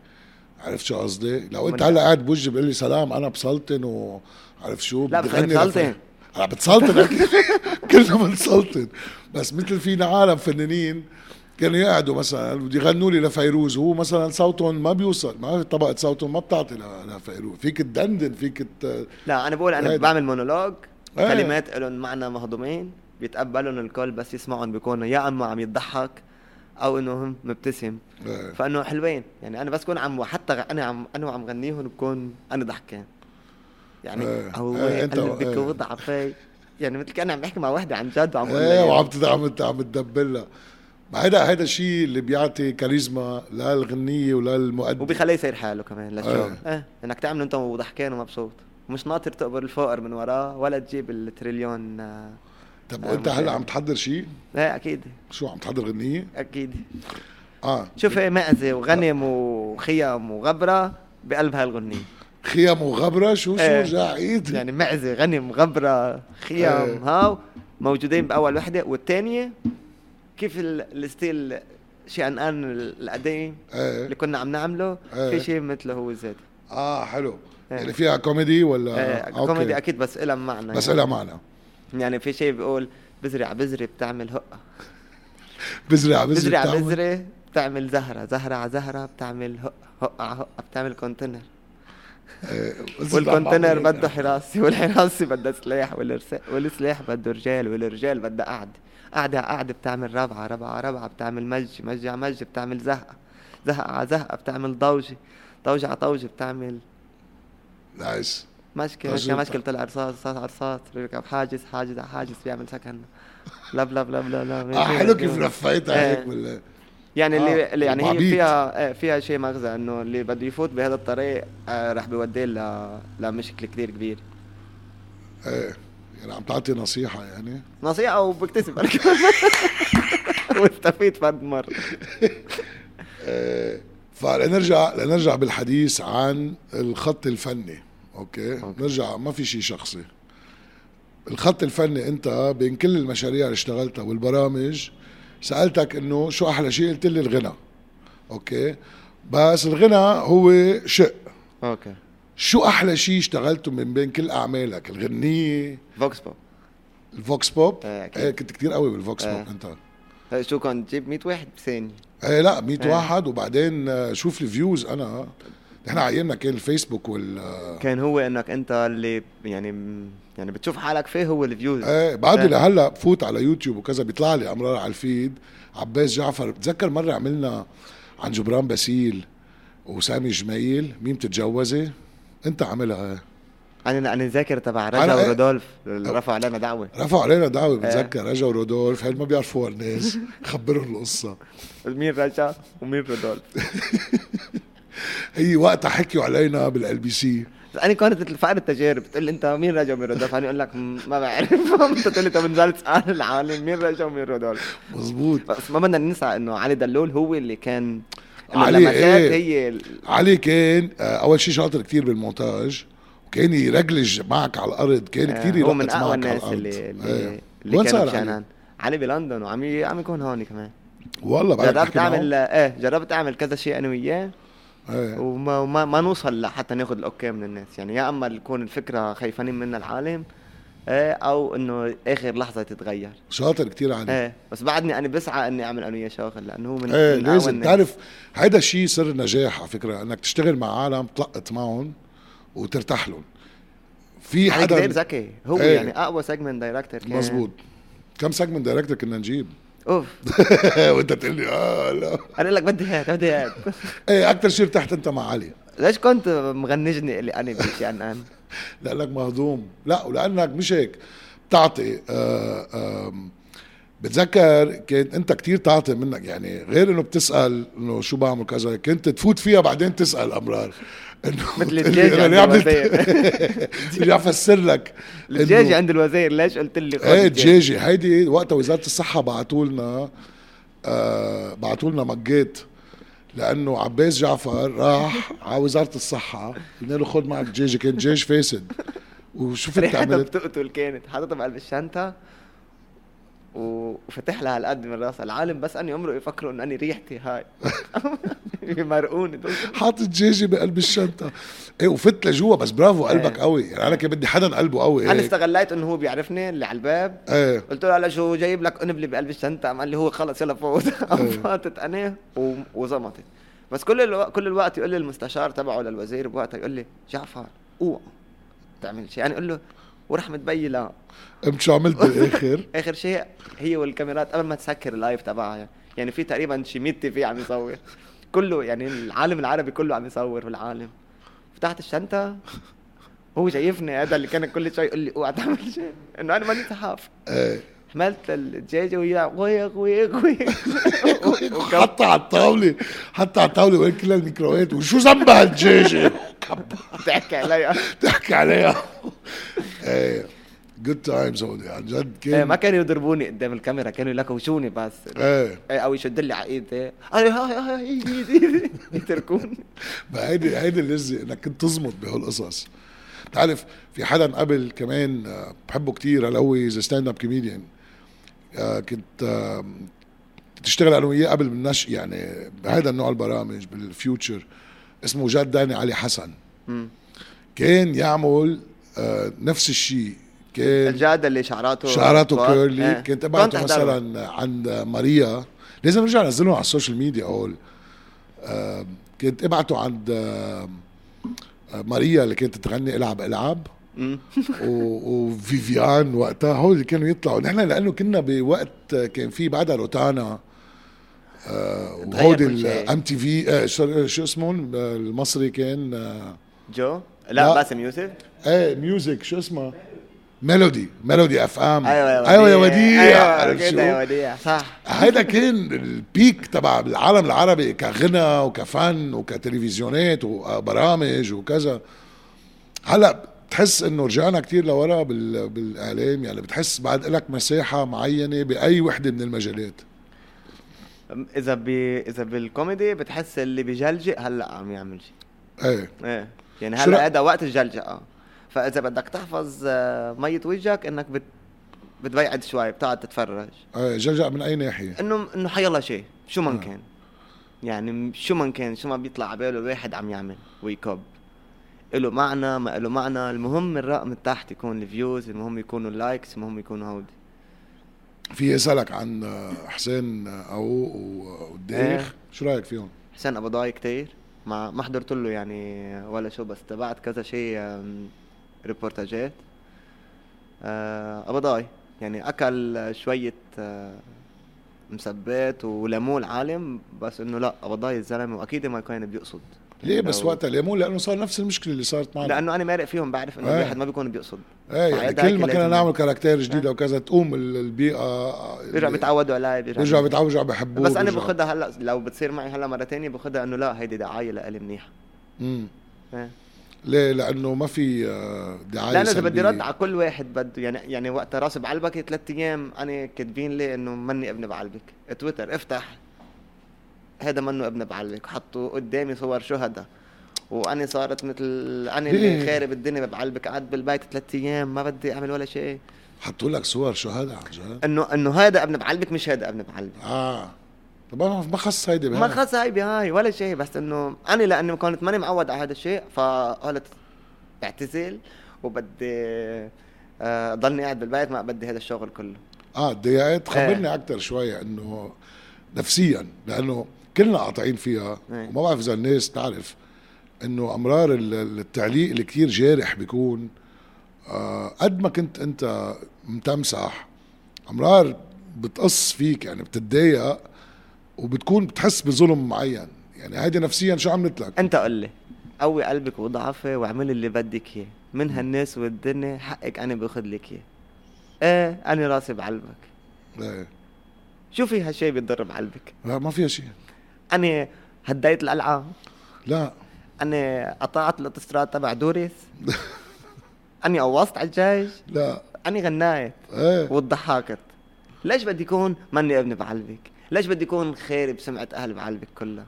S2: عرفت شو قصدي؟ لو انت
S1: منك.
S2: هلا قاعد بوجه بقول لي سلام انا بسلطن وعرف شو
S1: لا،
S2: بدي
S1: بس أنا
S2: غني لف-
S1: بسلطن.
S2: هلا بتسلطن أكيد. كلنا بنسلطن بس مثل في عالم فنانين كانوا يقعدوا مثلا بده يغنوا لي لفيروز وهو مثلا صوتهم ما بيوصل ما طبقه صوتهم ما بتعطي ل- لفيروز فيك تدندن فيك ت...
S1: لا انا بقول انا
S2: هيدا.
S1: بعمل مونولوج
S2: إيه.
S1: كلمات لهم معنى مهضومين بيتقبلهم الكل بس يسمعهم بيكونوا يا اما عم يضحك او انه هم مبتسم
S2: إيه.
S1: فانه حلوين يعني انا بس كون عم حتى غ- انا عم انا وعم غنيهم بكون انا ضحكان يعني
S2: إيه.
S1: هو
S2: إيه، أنت-
S1: قلبك
S2: إيه.
S1: وضعفي يعني مثل كأني عم بحكي مع وحده عن جد وعم
S2: ايه
S1: يعني.
S2: وعم تد- عم تد- عم تدبلها ما هيدا هيدا الشيء اللي بيعطي كاريزما للغنية وللمؤدي
S1: وبيخليه يصير حاله كمان للشغل
S2: إيه.
S1: ايه انك تعمل انت وضحكان ومبسوط مش ناطر تقبر الفقر من وراه ولا تجيب التريليون آه،
S2: طب
S1: آه،
S2: انت هلا
S1: مش-
S2: عم تحضر شيء؟
S1: ايه اكيد
S2: شو عم تحضر غنية؟
S1: اكيد
S2: اه
S1: شوف ايه مأزة وغنم وخيم وغبرة بقلب هالغنية
S2: خيم وغبرة شو شو
S1: إيه.
S2: جاع ايد؟
S1: يعني مأزة غنم غبرة
S2: إيه.
S1: خيم هاو موجودين بأول وحدة والتانية كيف ال- الستيل شي عن آن ال- القديم
S2: ايه
S1: اللي كنا عم نعمله
S2: إيه.
S1: في شي مثله هو زاد
S2: اه حلو
S1: إيه.
S2: يعني فيها كوميدي ولا آه،
S1: إيه،
S2: أوكي.
S1: كوميدي اكيد بس إلها معنى
S2: بس
S1: يعني.
S2: لها معنى
S1: يعني في شي بيقول بزرع بزرة بتعمل هقة
S2: بزرع
S1: بزرع
S2: بزرع بتعمل-
S1: بزرة بتعمل زهرة زهرة على زهرة بتعمل هقة هقة على هقة بتعمل كونتينر
S2: إيه، بزرع
S1: والكونتينر
S2: بعمل-
S1: بده حراسي والحراسي بده سلاح والرس- والسلاح بده رجال والرجال بده قعدة قعدة على قعدة بتعمل ربعة ربعة على ربعة بتعمل مج مج على مج بتعمل زهقة زهقة على زهقة بتعمل ضوجة ضوجة على ضوجة بتعمل
S2: نايس
S1: مشكل
S2: طيب
S1: مشكل
S2: شو
S1: مشكل طلع رصاص رصاص على رصاص يركب حاجز حاجز على حاجز بيعمل سكن لب لب لب لب لب
S2: اه حلو كيف لفيتها
S1: إيه.
S2: هيك بال
S1: يعني
S2: آه،
S1: اللي اللي يعني هي
S2: العبيط.
S1: فيها آه، فيها شيء مغزى انه اللي بده يفوت بهذا الطريق آه، رح بيوديه ل- لمشكل كثير كبير
S2: ايه يعني عم تعطي نصيحة يعني
S1: نصيحة وبكتسب واستفيد بعد مرة
S2: آه، فلنرجع لنرجع بالحديث عن الخط الفني اوكي,
S1: أوكي.
S2: نرجع ما في شيء شخصي الخط الفني انت بين كل المشاريع اللي اشتغلتها والبرامج سالتك انه شو احلى شيء قلت لي الغنى اوكي بس الغنى هو شق
S1: اوكي
S2: شو احلى شيء اشتغلته من بين كل اعمالك الغنيه
S1: فوكس بوب
S2: الفوكس بوب
S1: إيه،
S2: ايه
S1: أكيد.
S2: كنت كتير قوي بالفوكس
S1: إيه.
S2: بوب انت
S1: هاي شو كان تجيب 100 واحد بثانية
S2: ايه لا 100
S1: إيه.
S2: واحد وبعدين آه، شوف الفيوز انا نحن آه، عيننا كان الفيسبوك وال آه،
S1: كان هو انك انت اللي يعني يعني بتشوف حالك فيه هو الفيوز
S2: ايه بعد
S1: إيه.
S2: لهلا بفوت على يوتيوب وكذا بيطلع لي امرار على الفيد عباس جعفر بتذكر مره عملنا عن جبران باسيل وسامي جميل مين بتتجوزي انت عاملها إيه.
S1: انا انا ذاكر تبع
S2: أنا
S1: رجا
S2: إيه.
S1: ورودولف اللي رفعوا علينا دعوه
S2: رفعوا علينا دعوه بتذكر رجا ورودولف هل ما بيعرفوها الناس خبرهم القصه
S1: مين رجا ومين رودولف
S2: هي وقتها حكيوا علينا بالال بي سي
S1: انا كانت الفقر التجارب بتقول لي انت مين رجا ومين رودولف انا اقول لك "م- ما بعرف انت تقول لي طب نزلت اسال العالم مين رجا ومين رودولف
S2: مزبوط
S1: بس ما بدنا ننسى انه علي دلول هو اللي كان إنه
S2: علي
S1: لما كانت
S2: إيه.
S1: هي ال-
S2: علي كان آه، اول شيء شاطر كتير بالمونتاج وكان يرجلج معك على الارض كان
S1: آه،
S2: كتير
S1: هو
S2: يرقص
S1: من
S2: معك
S1: اقوى
S2: على
S1: الناس
S2: الأرض.
S1: اللي
S2: إيه.
S1: اللي, اللي
S2: وين
S1: كانوا
S2: صار علي؟
S1: بشانان علي بلندن وعم ي- عم يكون هون كمان
S2: والله بعد
S1: جربت
S2: حكينا
S1: اعمل ايه جربت اعمل كذا شيء انا وياه
S2: معه. إيه.
S1: وما وما ما نوصل لحتى ناخذ الاوكي من الناس يعني يا اما تكون الفكره خايفانين منها العالم آه، او انه اخر لحظه تتغير
S2: شاطر كتير علي
S1: ايه بس بعدني انا بسعى اني اعمل انا وياه شاغل لانه هو من
S2: ايه
S1: من أقوى
S2: لازم
S1: الناس.
S2: تعرف هيدا الشيء سر النجاح على فكره انك تشتغل مع عالم تلقط معهم وترتاح لهم في
S1: علي كتير
S2: حدا
S1: ذكي هو
S2: إيه.
S1: يعني اقوى سيجمنت دايركتور كان
S2: مزبوط كم سيجمنت دايركتر كنا نجيب
S1: اوف
S2: وانت تقول لي اه لا
S1: انا اقول لك بدي هاد بدي هاد
S2: ايه اكثر شيء ارتحت انت مع علي
S1: ليش كنت مغنجني اللي انا بشي عن انا
S2: لانك مهضوم لا ولانك مش هيك بتعطي آه آم، بتذكر كنت انت كتير تعطي منك يعني غير انه بتسال انه شو بعمل كذا كنت تفوت فيها بعدين تسال امرار انه
S1: مثل
S2: بتقول لي
S1: الدجاجة
S2: أنا
S1: عند
S2: ليه عملت-
S1: الوزير.
S2: يعني بدي افسر لك إنه-
S1: الدجاجه عند الوزير ليش قلت لي خذ
S2: ايه
S1: الدجاجة؟
S2: دجاجه هيدي وقتها وزاره الصحه بعتوا لنا آه بعتوا لنا مجات لانه عباس جعفر راح على وزاره الصحه قلنا له خد معك دجاجه كان دجاج فاسد وشفت
S1: ريحتها
S2: عملت
S1: بتقتل كانت حاططها بقلب الشنطه وفتح لها هالقد من راس العالم بس اني عمره يفكروا انه اني ريحتي هاي مرقوني دول.
S2: حاطط دجاجه بقلب الشنطه ايه وفت لجوا بس برافو قلبك
S1: إيه.
S2: قوي يعني انا كان بدي حدا قلبه قوي إيه.
S1: انا
S2: هيك
S1: استغليت انه هو بيعرفني اللي على الباب
S2: ايه
S1: قلت له هلا شو جايب لك قنبله بقلب الشنطه قام قال لي هو خلص يلا فوت قام
S2: إيه.
S1: فاتت انا و- وزمطت بس كل الو... كل الوقت يقول لي المستشار تبعه للوزير بوقتها يقول لي جعفر اوعى تعمل شيء انا اقول له ورحمه بيي لا
S2: قمت شو عملت بالاخر
S1: اخر شيء هي والكاميرات قبل ما تسكر اللايف تبعها يعني في تقريبا شي 100 تي في عم يصور كله يعني العالم العربي كله عم يصور بالعالم فتحت الشنطه هو شايفني هذا اللي كان كل شوي يقول لي اوعى تعمل شيء انه انا ماني صحاف
S2: ايه
S1: حملت الدجاجه ويا ويا ويا ويا
S2: حطها على الطاوله حطها على الطاوله وين كلها الميكروويف وشو ذنبها الدجاجه
S1: تحكي علي
S2: تحكي عليها ايه جود تايمز هودي عن جد
S1: إيه، ما
S2: كان
S1: كانوا يضربوني قدام الكاميرا كانوا يلكوشوني بس
S2: ايه
S1: إيه، او يشد لي على ايدي هاي هاي هاي إيدي، إيدي. يتركوني
S2: ما هيدي هيدي اللذه انك كنت تزمط بهالقصص تعرف في حدا قبل كمان آه، بحبه كتير هلوي زي ستاند اب كوميديان كنت آه، كنت اشتغل انا وياه قبل بالنش يعني بهذا النوع البرامج بالفيوتشر اسمه جاد داني علي حسن
S1: مم.
S2: كان يعمل آه، نفس الشيء كان
S1: الجاد اللي شعراته
S2: شعراته
S1: طوال.
S2: كيرلي
S1: إيه.
S2: كنت
S1: كنت
S2: ابعته
S1: أحضره.
S2: مثلا عند ماريا لازم ارجع انزلهم على السوشيال ميديا هول آم، كنت ابعته عند آم، آم، ماريا اللي كانت تغني العب العب
S1: مم.
S2: و- وفيفيان وقتها هول اللي كانوا يطلعوا نحن لانه كنا بوقت كان في بعدها روتانا آه، وهودي
S1: كل شيء.
S2: الام تي في آه، شو اسمهم آه، المصري كان آه،
S1: جو لا,
S2: لا.
S1: باسم يوسف
S2: ايه ميوزك شو اسمها ميلودي ميلودي اف ام
S1: ايوه
S2: أيوة، يا وديع عرفت
S1: ايوه كده
S2: شو؟
S1: يا وديع صح
S2: هيدا كان البيك تبع العالم العربي كغنى وكفن وكتلفزيونات وبرامج وكذا هلا بتحس انه رجعنا كتير لورا بال... بالاعلام يعني بتحس بعد لك مساحه معينه باي وحده من المجالات
S1: أم، اذا ب اذا بالكوميدي بتحس اللي بجلجئ هلا عم يعمل شيء
S2: ايه
S1: ايه يعني
S2: شو رأ-
S1: هلا هذا وقت الجلجئه فاذا آه. بدك تحفظ آه، ميه وجهك انك بت بتبيعد شوي بتقعد تتفرج
S2: ايه جرجع من اي ناحيه
S1: انه انه حيلا شيء شو
S2: نعم.
S1: ما كان يعني م- شو ما كان شو ما بيطلع على باله الواحد عم يعمل ويكب له معنى ما له معنى المهم الرقم تحت يكون الفيوز المهم يكونوا اللايكس المهم يكونوا هودي
S2: في اسالك عن آه، حسين او والديخ شو رايك فيهم؟
S1: حسين ابو ضاي كتير ما ما حضرت له يعني ولا شو بس تبعت كذا شيء آم، ريبورتاجات آه، ابو ضاي يعني اكل شويه آه، مسبات ولموه العالم بس انه لا ابو ضاي الزلمه واكيد ما كان بيقصد
S2: ليه بس
S1: لو-
S2: وقتها ليمون لانه صار نفس المشكله اللي صارت معنا
S1: لانه انا مارق فيهم بعرف انه
S2: إيه.
S1: الواحد ما بيكون بيقصد
S2: ايه يعني
S1: فهيدا
S2: كل
S1: هيك
S2: ما كنا
S1: لازم- نعم.
S2: نعمل كاركتير جديد او كذا تقوم ال- البيئه
S1: بيرجعوا بيتعودوا علي
S2: بيرجع بيتعود بيرجع بحبوه
S1: يعني. بس انا باخذها هلا لو بتصير معي هلا مره تانية باخذها انه لا هيدي دعايه لإلي منيحه
S2: امم
S1: إيه.
S2: ليه لانه ما في آه، دعايه
S1: لانه اذا بدي
S2: سلبية.
S1: رد على كل واحد بده يعني يعني وقت راسي بعلبك ثلاث ايام انا كاتبين لي انه مني ابن بعلبك تويتر افتح هذا منه ابن بعلبك حطوا قدامي صور شهداء وانا صارت مثل انا
S2: ليه؟
S1: اللي خارب الدنيا بعلبك قاعد بالبيت ثلاث ايام ما بدي اعمل ولا شيء
S2: حطوا لك صور شهداء عن جد
S1: انه انه هذا ابن بعلبك مش هذا ابن بعلبك
S2: اه طب انا ما خص هيدي
S1: ما خلص هاي بهاي ولا شيء بس انه انا لانه كنت ماني معود على هذا الشيء فقلت بعتزل وبدي آه، ضلني قاعد بالبيت ما بدي هذا الشغل كله
S2: اه تضايقت
S1: إيه.
S2: خبرني اكثر شوي انه نفسيا لانه كلنا قاطعين فيها
S1: إيه.
S2: وما بعرف اذا الناس تعرف انه امرار ال- ال- التعليق اللي كثير جارح بيكون آه قد ما كنت انت متمسح امرار بتقص فيك يعني بتتضايق وبتكون بتحس بظلم معين يعني هيدي نفسيا شو عملت لك؟
S1: انت قل لي قوي قلبك وضعفه واعمل اللي بدك اياه من هالناس والدنيا حقك انا باخذ لك اياه ايه انا راسي بعلبك
S2: إيه.
S1: شو في هالشيء بيضر بعلبك
S2: لا ما فيها شيء
S1: انا هديت القلعه
S2: لا
S1: انا قطعت الاوتوستراد تبع دوريس اني قوصت على الجيش
S2: لا
S1: اني غنيت
S2: ايه
S1: وتضحكت ليش بدي يكون مني ابن بعلبك ليش بدي يكون خارب سمعه اهل بعلبك كلها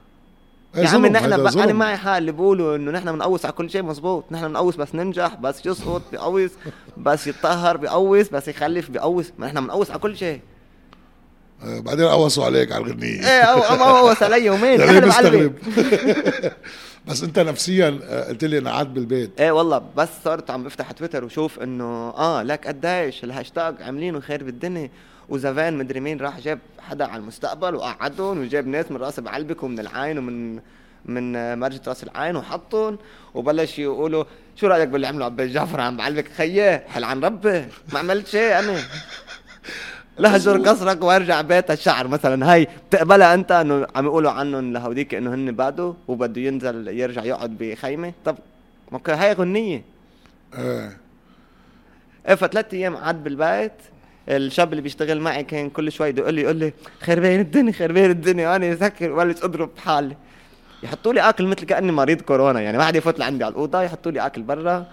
S2: إيه
S1: يا عمي
S2: ظلم،
S1: نحن
S2: هيدا
S1: ب... انا
S2: ظلم.
S1: معي حق اللي بيقولوا انه نحن بنقوس على كل شيء مزبوط نحن بنقوس بس ننجح بس يسقط بقوس بس يتطهر بقوس بس يخلف بقوس ما نحن بنقوس على كل شيء
S2: آه، بعدين قوصوا عليك على الغنية
S1: ايه او او قوس علي يومين
S2: يعني
S1: اهلا بعلبك
S2: بس انت نفسيا آه، قلت لي انا قاعد بالبيت
S1: ايه والله بس صرت عم بفتح تويتر وشوف انه اه لك قديش الهاشتاج عاملينه خير بالدنيا وزفان مدري مين راح جاب حدا على المستقبل وقعدهم وجاب ناس من راس بعلبك ومن العين ومن من آه، مرجة راس العين وحطهم وبلش يقولوا شو رايك باللي عمله عباس جعفر عم بعلبك خياه حل عن ربي ما عملت شيء انا لهجر قصرك وارجع بيت الشعر مثلا هاي بتقبلها انت انه عم يقولوا عنهم لهوديك انه هن بعده وبده ينزل يرجع يقعد بخيمه طب ما كان- هاي غنيه
S2: ايه
S1: ايه فثلاث ايام قعد بالبيت الشاب اللي بيشتغل معي كان كل شوي يدق لي يقول لي خربان الدنيا خربان الدنيا وانا سكر بلش اضرب حالي يحطوا لي اكل مثل كاني مريض كورونا يعني ما حدا يفوت لعندي على الاوضه يحطوا لي اكل برا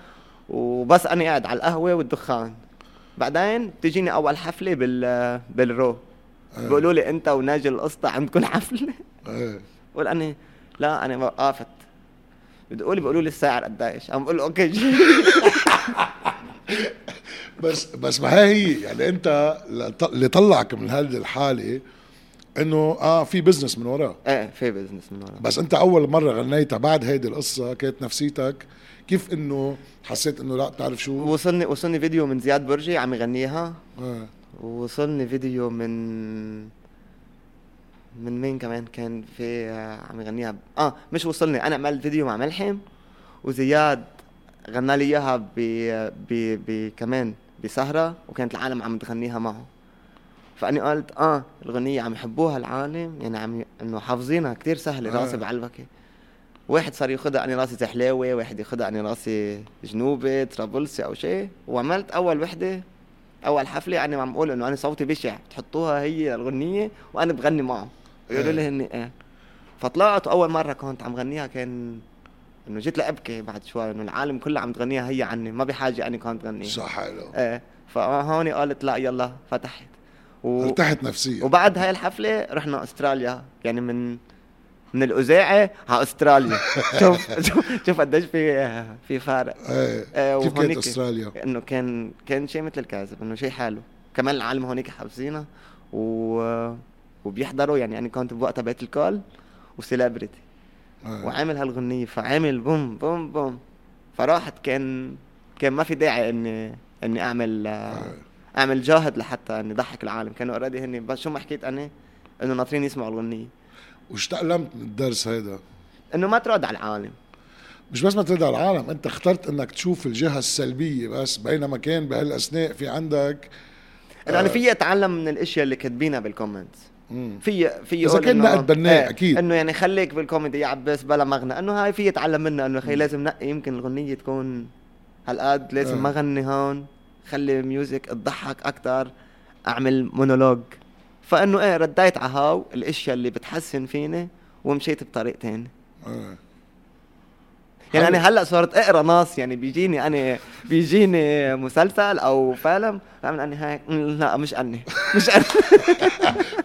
S1: وبس انا قاعد على القهوه والدخان بعدين بتجيني اول حفله بال بالرو بيقولوا لي انت وناجي القسطى عندكم حفله
S2: ايه
S1: بقول انا لا انا وقفت بتقولي بيقولوا لي الساعه قديش عم بقول اوكي
S2: بس بس ما هي هي يعني انت لط- اللي طلعك من هذه الحاله انه اه في بزنس من وراه
S1: ايه في بزنس من ورا
S2: بس انت اول مره غنيتها بعد هيدي القصه كانت نفسيتك كيف انه حسيت انه لا تعرف شو
S1: وصلني وصلني فيديو من زياد برجي عم يغنيها
S2: آه.
S1: ووصلني فيديو من من مين كمان كان في آه، عم يغنيها اه مش وصلني انا عملت فيديو مع ملحم وزياد غنى لي اياها ب ب ب كمان بسهره وكانت العالم عم تغنيها معه فاني قلت اه الاغنيه عم يحبوها العالم يعني عم ي- انه حافظينها كتير سهله
S2: آه.
S1: راسي بعلبكه واحد صار ياخدها اني راسي زحلاوي واحد ياخدها اني راسي جنوبي طرابلسي او شيء وعملت اول وحده اول حفله انا عم اقول انه انا صوتي بشع تحطوها هي الغنيه وانا بغني معه يقولوا
S2: إيه.
S1: لي هن ايه فطلعت اول مره كنت عم غنيها كان انه جيت لابكي بعد شوي انه العالم كله عم تغنيها هي عني ما بحاجه اني كنت غنيها
S2: صح حلو
S1: ايه فهون قالت لا يلا فتحت و...
S2: ارتحت نفسيا
S1: وبعد هاي الحفله رحنا استراليا يعني من من الاذاعه على استراليا شوف شوف شوف قديش في في فارق
S2: ايه
S1: آه،
S2: كيف كانت
S1: وهونيك
S2: استراليا؟
S1: انه كان كان شيء مثل الكاذب انه شيء حلو كمان العالم هونيك حابسينا و... وبيحضروا يعني انا كنت بوقتها بيت الكول وسيلبرتي
S2: إيه.
S1: وعامل هالغنية فعامل بوم بوم بوم فراحت كان كان ما في داعي اني اني اعمل
S2: إيه.
S1: اعمل جاهد لحتى اني ضحك العالم كانوا اوريدي هني بس شو ما حكيت انا انه ناطرين يسمعوا الغنية
S2: وش تعلمت من الدرس هيدا؟
S1: انه ما ترد على العالم
S2: مش بس ما ترد على العالم انت اخترت انك تشوف الجهه السلبيه بس بينما كان بهالاثناء في عندك
S1: انه انا فيي اتعلم من الاشياء اللي كاتبينها بالكومنتس
S2: مم.
S1: في في
S2: إذا
S1: قول
S2: كان
S1: إنه-
S2: نقد بناء،
S1: إيه،
S2: أكيد.
S1: انه يعني خليك بالكوميدي يا عباس بلا مغنى انه هاي في يتعلم منها انه خي لازم نقي يمكن الغنيه تكون هالقد لازم
S2: آه.
S1: ما غني هون خلي ميوزك تضحك اكثر اعمل مونولوج فانه ايه رديت على هاو الاشياء اللي بتحسن فيني ومشيت بطريق تاني
S2: آه.
S1: يعني
S2: حلو.
S1: انا هلا صرت اقرا نص يعني بيجيني انا بيجيني مسلسل او فيلم بعمل اني هيك "أمم، لا مش اني مش اني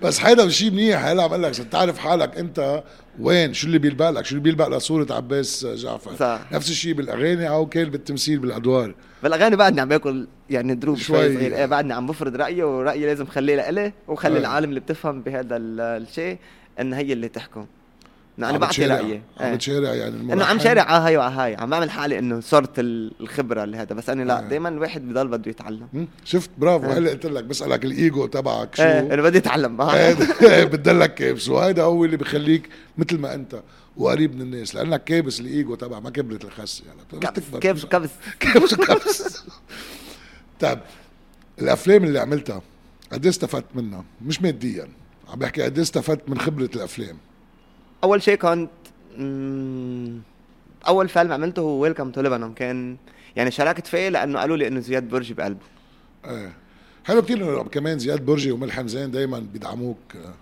S2: بس هيدا شيء منيح هلا عم اقول لك عشان تعرف حالك انت وين شو اللي بيلبق لك شو اللي بيلبق لصوره عباس جعفر
S1: صح.
S2: نفس الشيء بالاغاني او كان بالتمثيل بالادوار
S1: بالاغاني بعدني عم باكل يعني دروب شوي
S2: شوي.
S1: صغير ايه بعدني عم بفرض رايي ورايي لازم خليه لإلي وخلي
S2: آه.
S1: العالم اللي بتفهم بهذا ال- الشيء ان هي اللي تحكم إنه انا
S2: عم
S1: يعني بعطي
S2: بتشارع-
S1: رايي
S2: عم
S1: إيه.
S2: بتشارع يعني
S1: انه عم
S2: الملحن.
S1: شارع آه، على هاي وعلى هاي عم بعمل حالي انه صرت ال- الخبره اللي هذا بس انا لا
S2: آه.
S1: دائما الواحد بضل بده يتعلم
S2: مم. شفت برافو
S1: إيه.
S2: هلا قلت لك بسالك الايجو تبعك شو إيه،
S1: ايه انا بدي اتعلم معها
S2: هاد- بتدلك كابس وهيدا هو اللي بخليك مثل ما انت وقريب من الناس لانك كابس الايجو تبع ما كبرت الخس يعني بتقدر
S1: كبس
S2: تكبر.
S1: كبس كبس
S2: كابس كابس طيب الافلام اللي عملتها قد إيه استفدت منها مش ماديا عم بحكي قد إيه استفدت من خبره الافلام
S1: اول شيء كنت مم، اول فيلم عملته هو ويلكم تو لبنان كان يعني شاركت فيه لانه قالوا لي انه زياد برج بقلبه
S2: ايه حلو كتير إنه كمان زياد برجي وملحم زين دايما بيدعموك آه،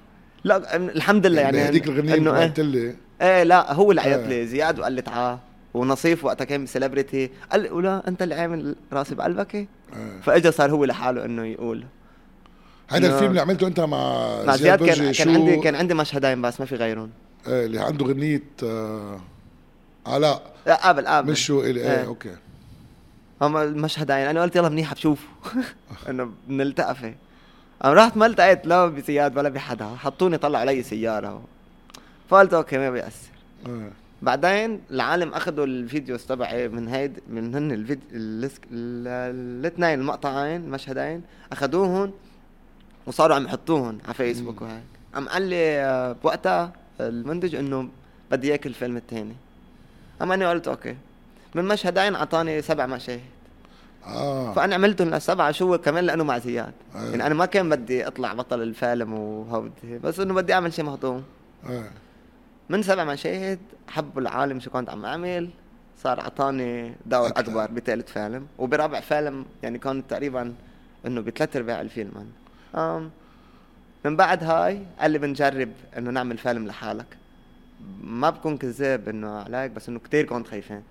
S1: لا أم- الحمد لله يعني
S2: هذيك الغنية اللي
S1: انه ايه
S2: قلت لي
S1: ايه لا هو اللي عيط
S2: إيه.
S1: لي زياد وقال لي تعال ونصيف وقتها كان سيلبرتي قال لي ولا انت اللي عامل راسي بقلبك
S2: إيه.
S1: فاجا صار هو لحاله انه يقول
S2: هيدا
S1: إنه-
S2: الفيلم اللي عملته انت مع,
S1: مع زياد كان
S2: شو
S1: كان عندي كان عندي مشهدين بس ما في غيرهم
S2: إيه اللي عنده غنيه آه علاء
S1: لا قبل قبل
S2: مش شو الي ايه
S1: إيه.
S2: اوكي
S1: هم المشهدين انا قلت يلا منيحه بشوفه انه بنلتقى فيه قام رحت ما التقيت لا بزياد ولا بحدا حطوني طلعوا علي سياره فقلت اوكي ما بيأثر
S2: إيه.
S1: بعدين العالم اخذوا الفيديوز تبعي من هيد من هن الفيديو الاثنين المقطعين المشهدين اخذوهم وصاروا عم يحطوهم على فيسبوك وهيك عم قال لي آه، بوقتها المنتج انه بدي اياك الفيلم الثاني اما انا قلت اوكي من مشهدين اعطاني سبع مشاهد
S2: اه
S1: فانا عملتهم للسبعه شو كمان لانه مع زياد
S2: أيوة.
S1: يعني انا ما كان بدي اطلع بطل الفيلم وهودي بس انه بدي اعمل شيء مهضوم
S2: ايه
S1: من سبع مشاهد حبوا العالم شو كنت عم اعمل صار اعطاني دور
S2: أكثر.
S1: اكبر بثالث فيلم وبرابع فيلم يعني كان تقريبا انه بثلاث ارباع الفيلم أنا. أم من بعد هاي قال لي بنجرب انه نعمل فيلم لحالك ما بكون كذاب انه عليك بس انه كتير كنت خايفان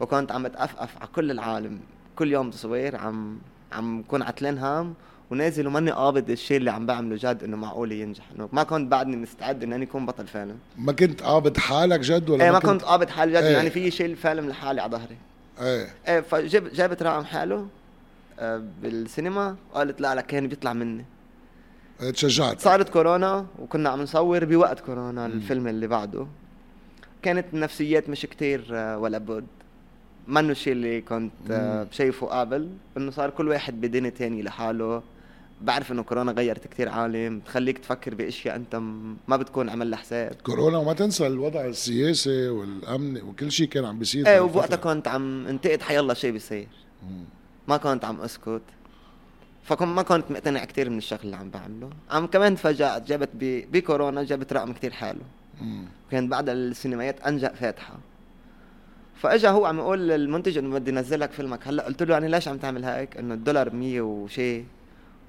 S1: وكنت عم بتقفقف على كل العالم كل يوم بصوير عم عم كون عتلان هام ونازل وماني قابض الشيء اللي عم بعمله جد انه معقول ينجح انه ما كنت بعدني مستعد اني اكون بطل فيلم
S2: ما كنت قابض حالك جد ولا
S1: ايه ما كنت قابض حالي جد
S2: إيه.
S1: يعني في شيء الفيلم لحالي على ظهري
S2: ايه
S1: ايه فجاب جابت رقم حاله آه، بالسينما وقالت لا لا كان بيطلع مني
S2: إيه، تشجعت
S1: صارت كورونا وكنا عم نصور بوقت كورونا الفيلم اللي بعده كانت النفسيات مش كتير آه، ولا بد منه الشيء اللي كنت آه، شايفه قبل انه صار كل واحد بدنيا تاني لحاله بعرف انه كورونا غيرت كتير عالم بتخليك تفكر باشياء انت م- ما بتكون عمل لها حساب
S2: كورونا وما تنسى الوضع السياسي والامن وكل شيء كان عم بيصير
S1: ايه
S2: بهالفترة.
S1: وبوقتها كنت عم انتقد حيالله شيء بيصير ما كنت عم اسكت فكنت ما كنت مقتنع كتير من الشغل اللي عم بعمله عم كمان تفاجأت جابت ب- بكورونا جابت رقم كتير حلو
S2: مم.
S1: كان بعد السينمايات انجأ فاتحه فاجا هو عم يقول للمنتج انه بدي نزلك فيلمك هلا قلت له انا ليش عم تعمل هيك انه الدولار 100 وشي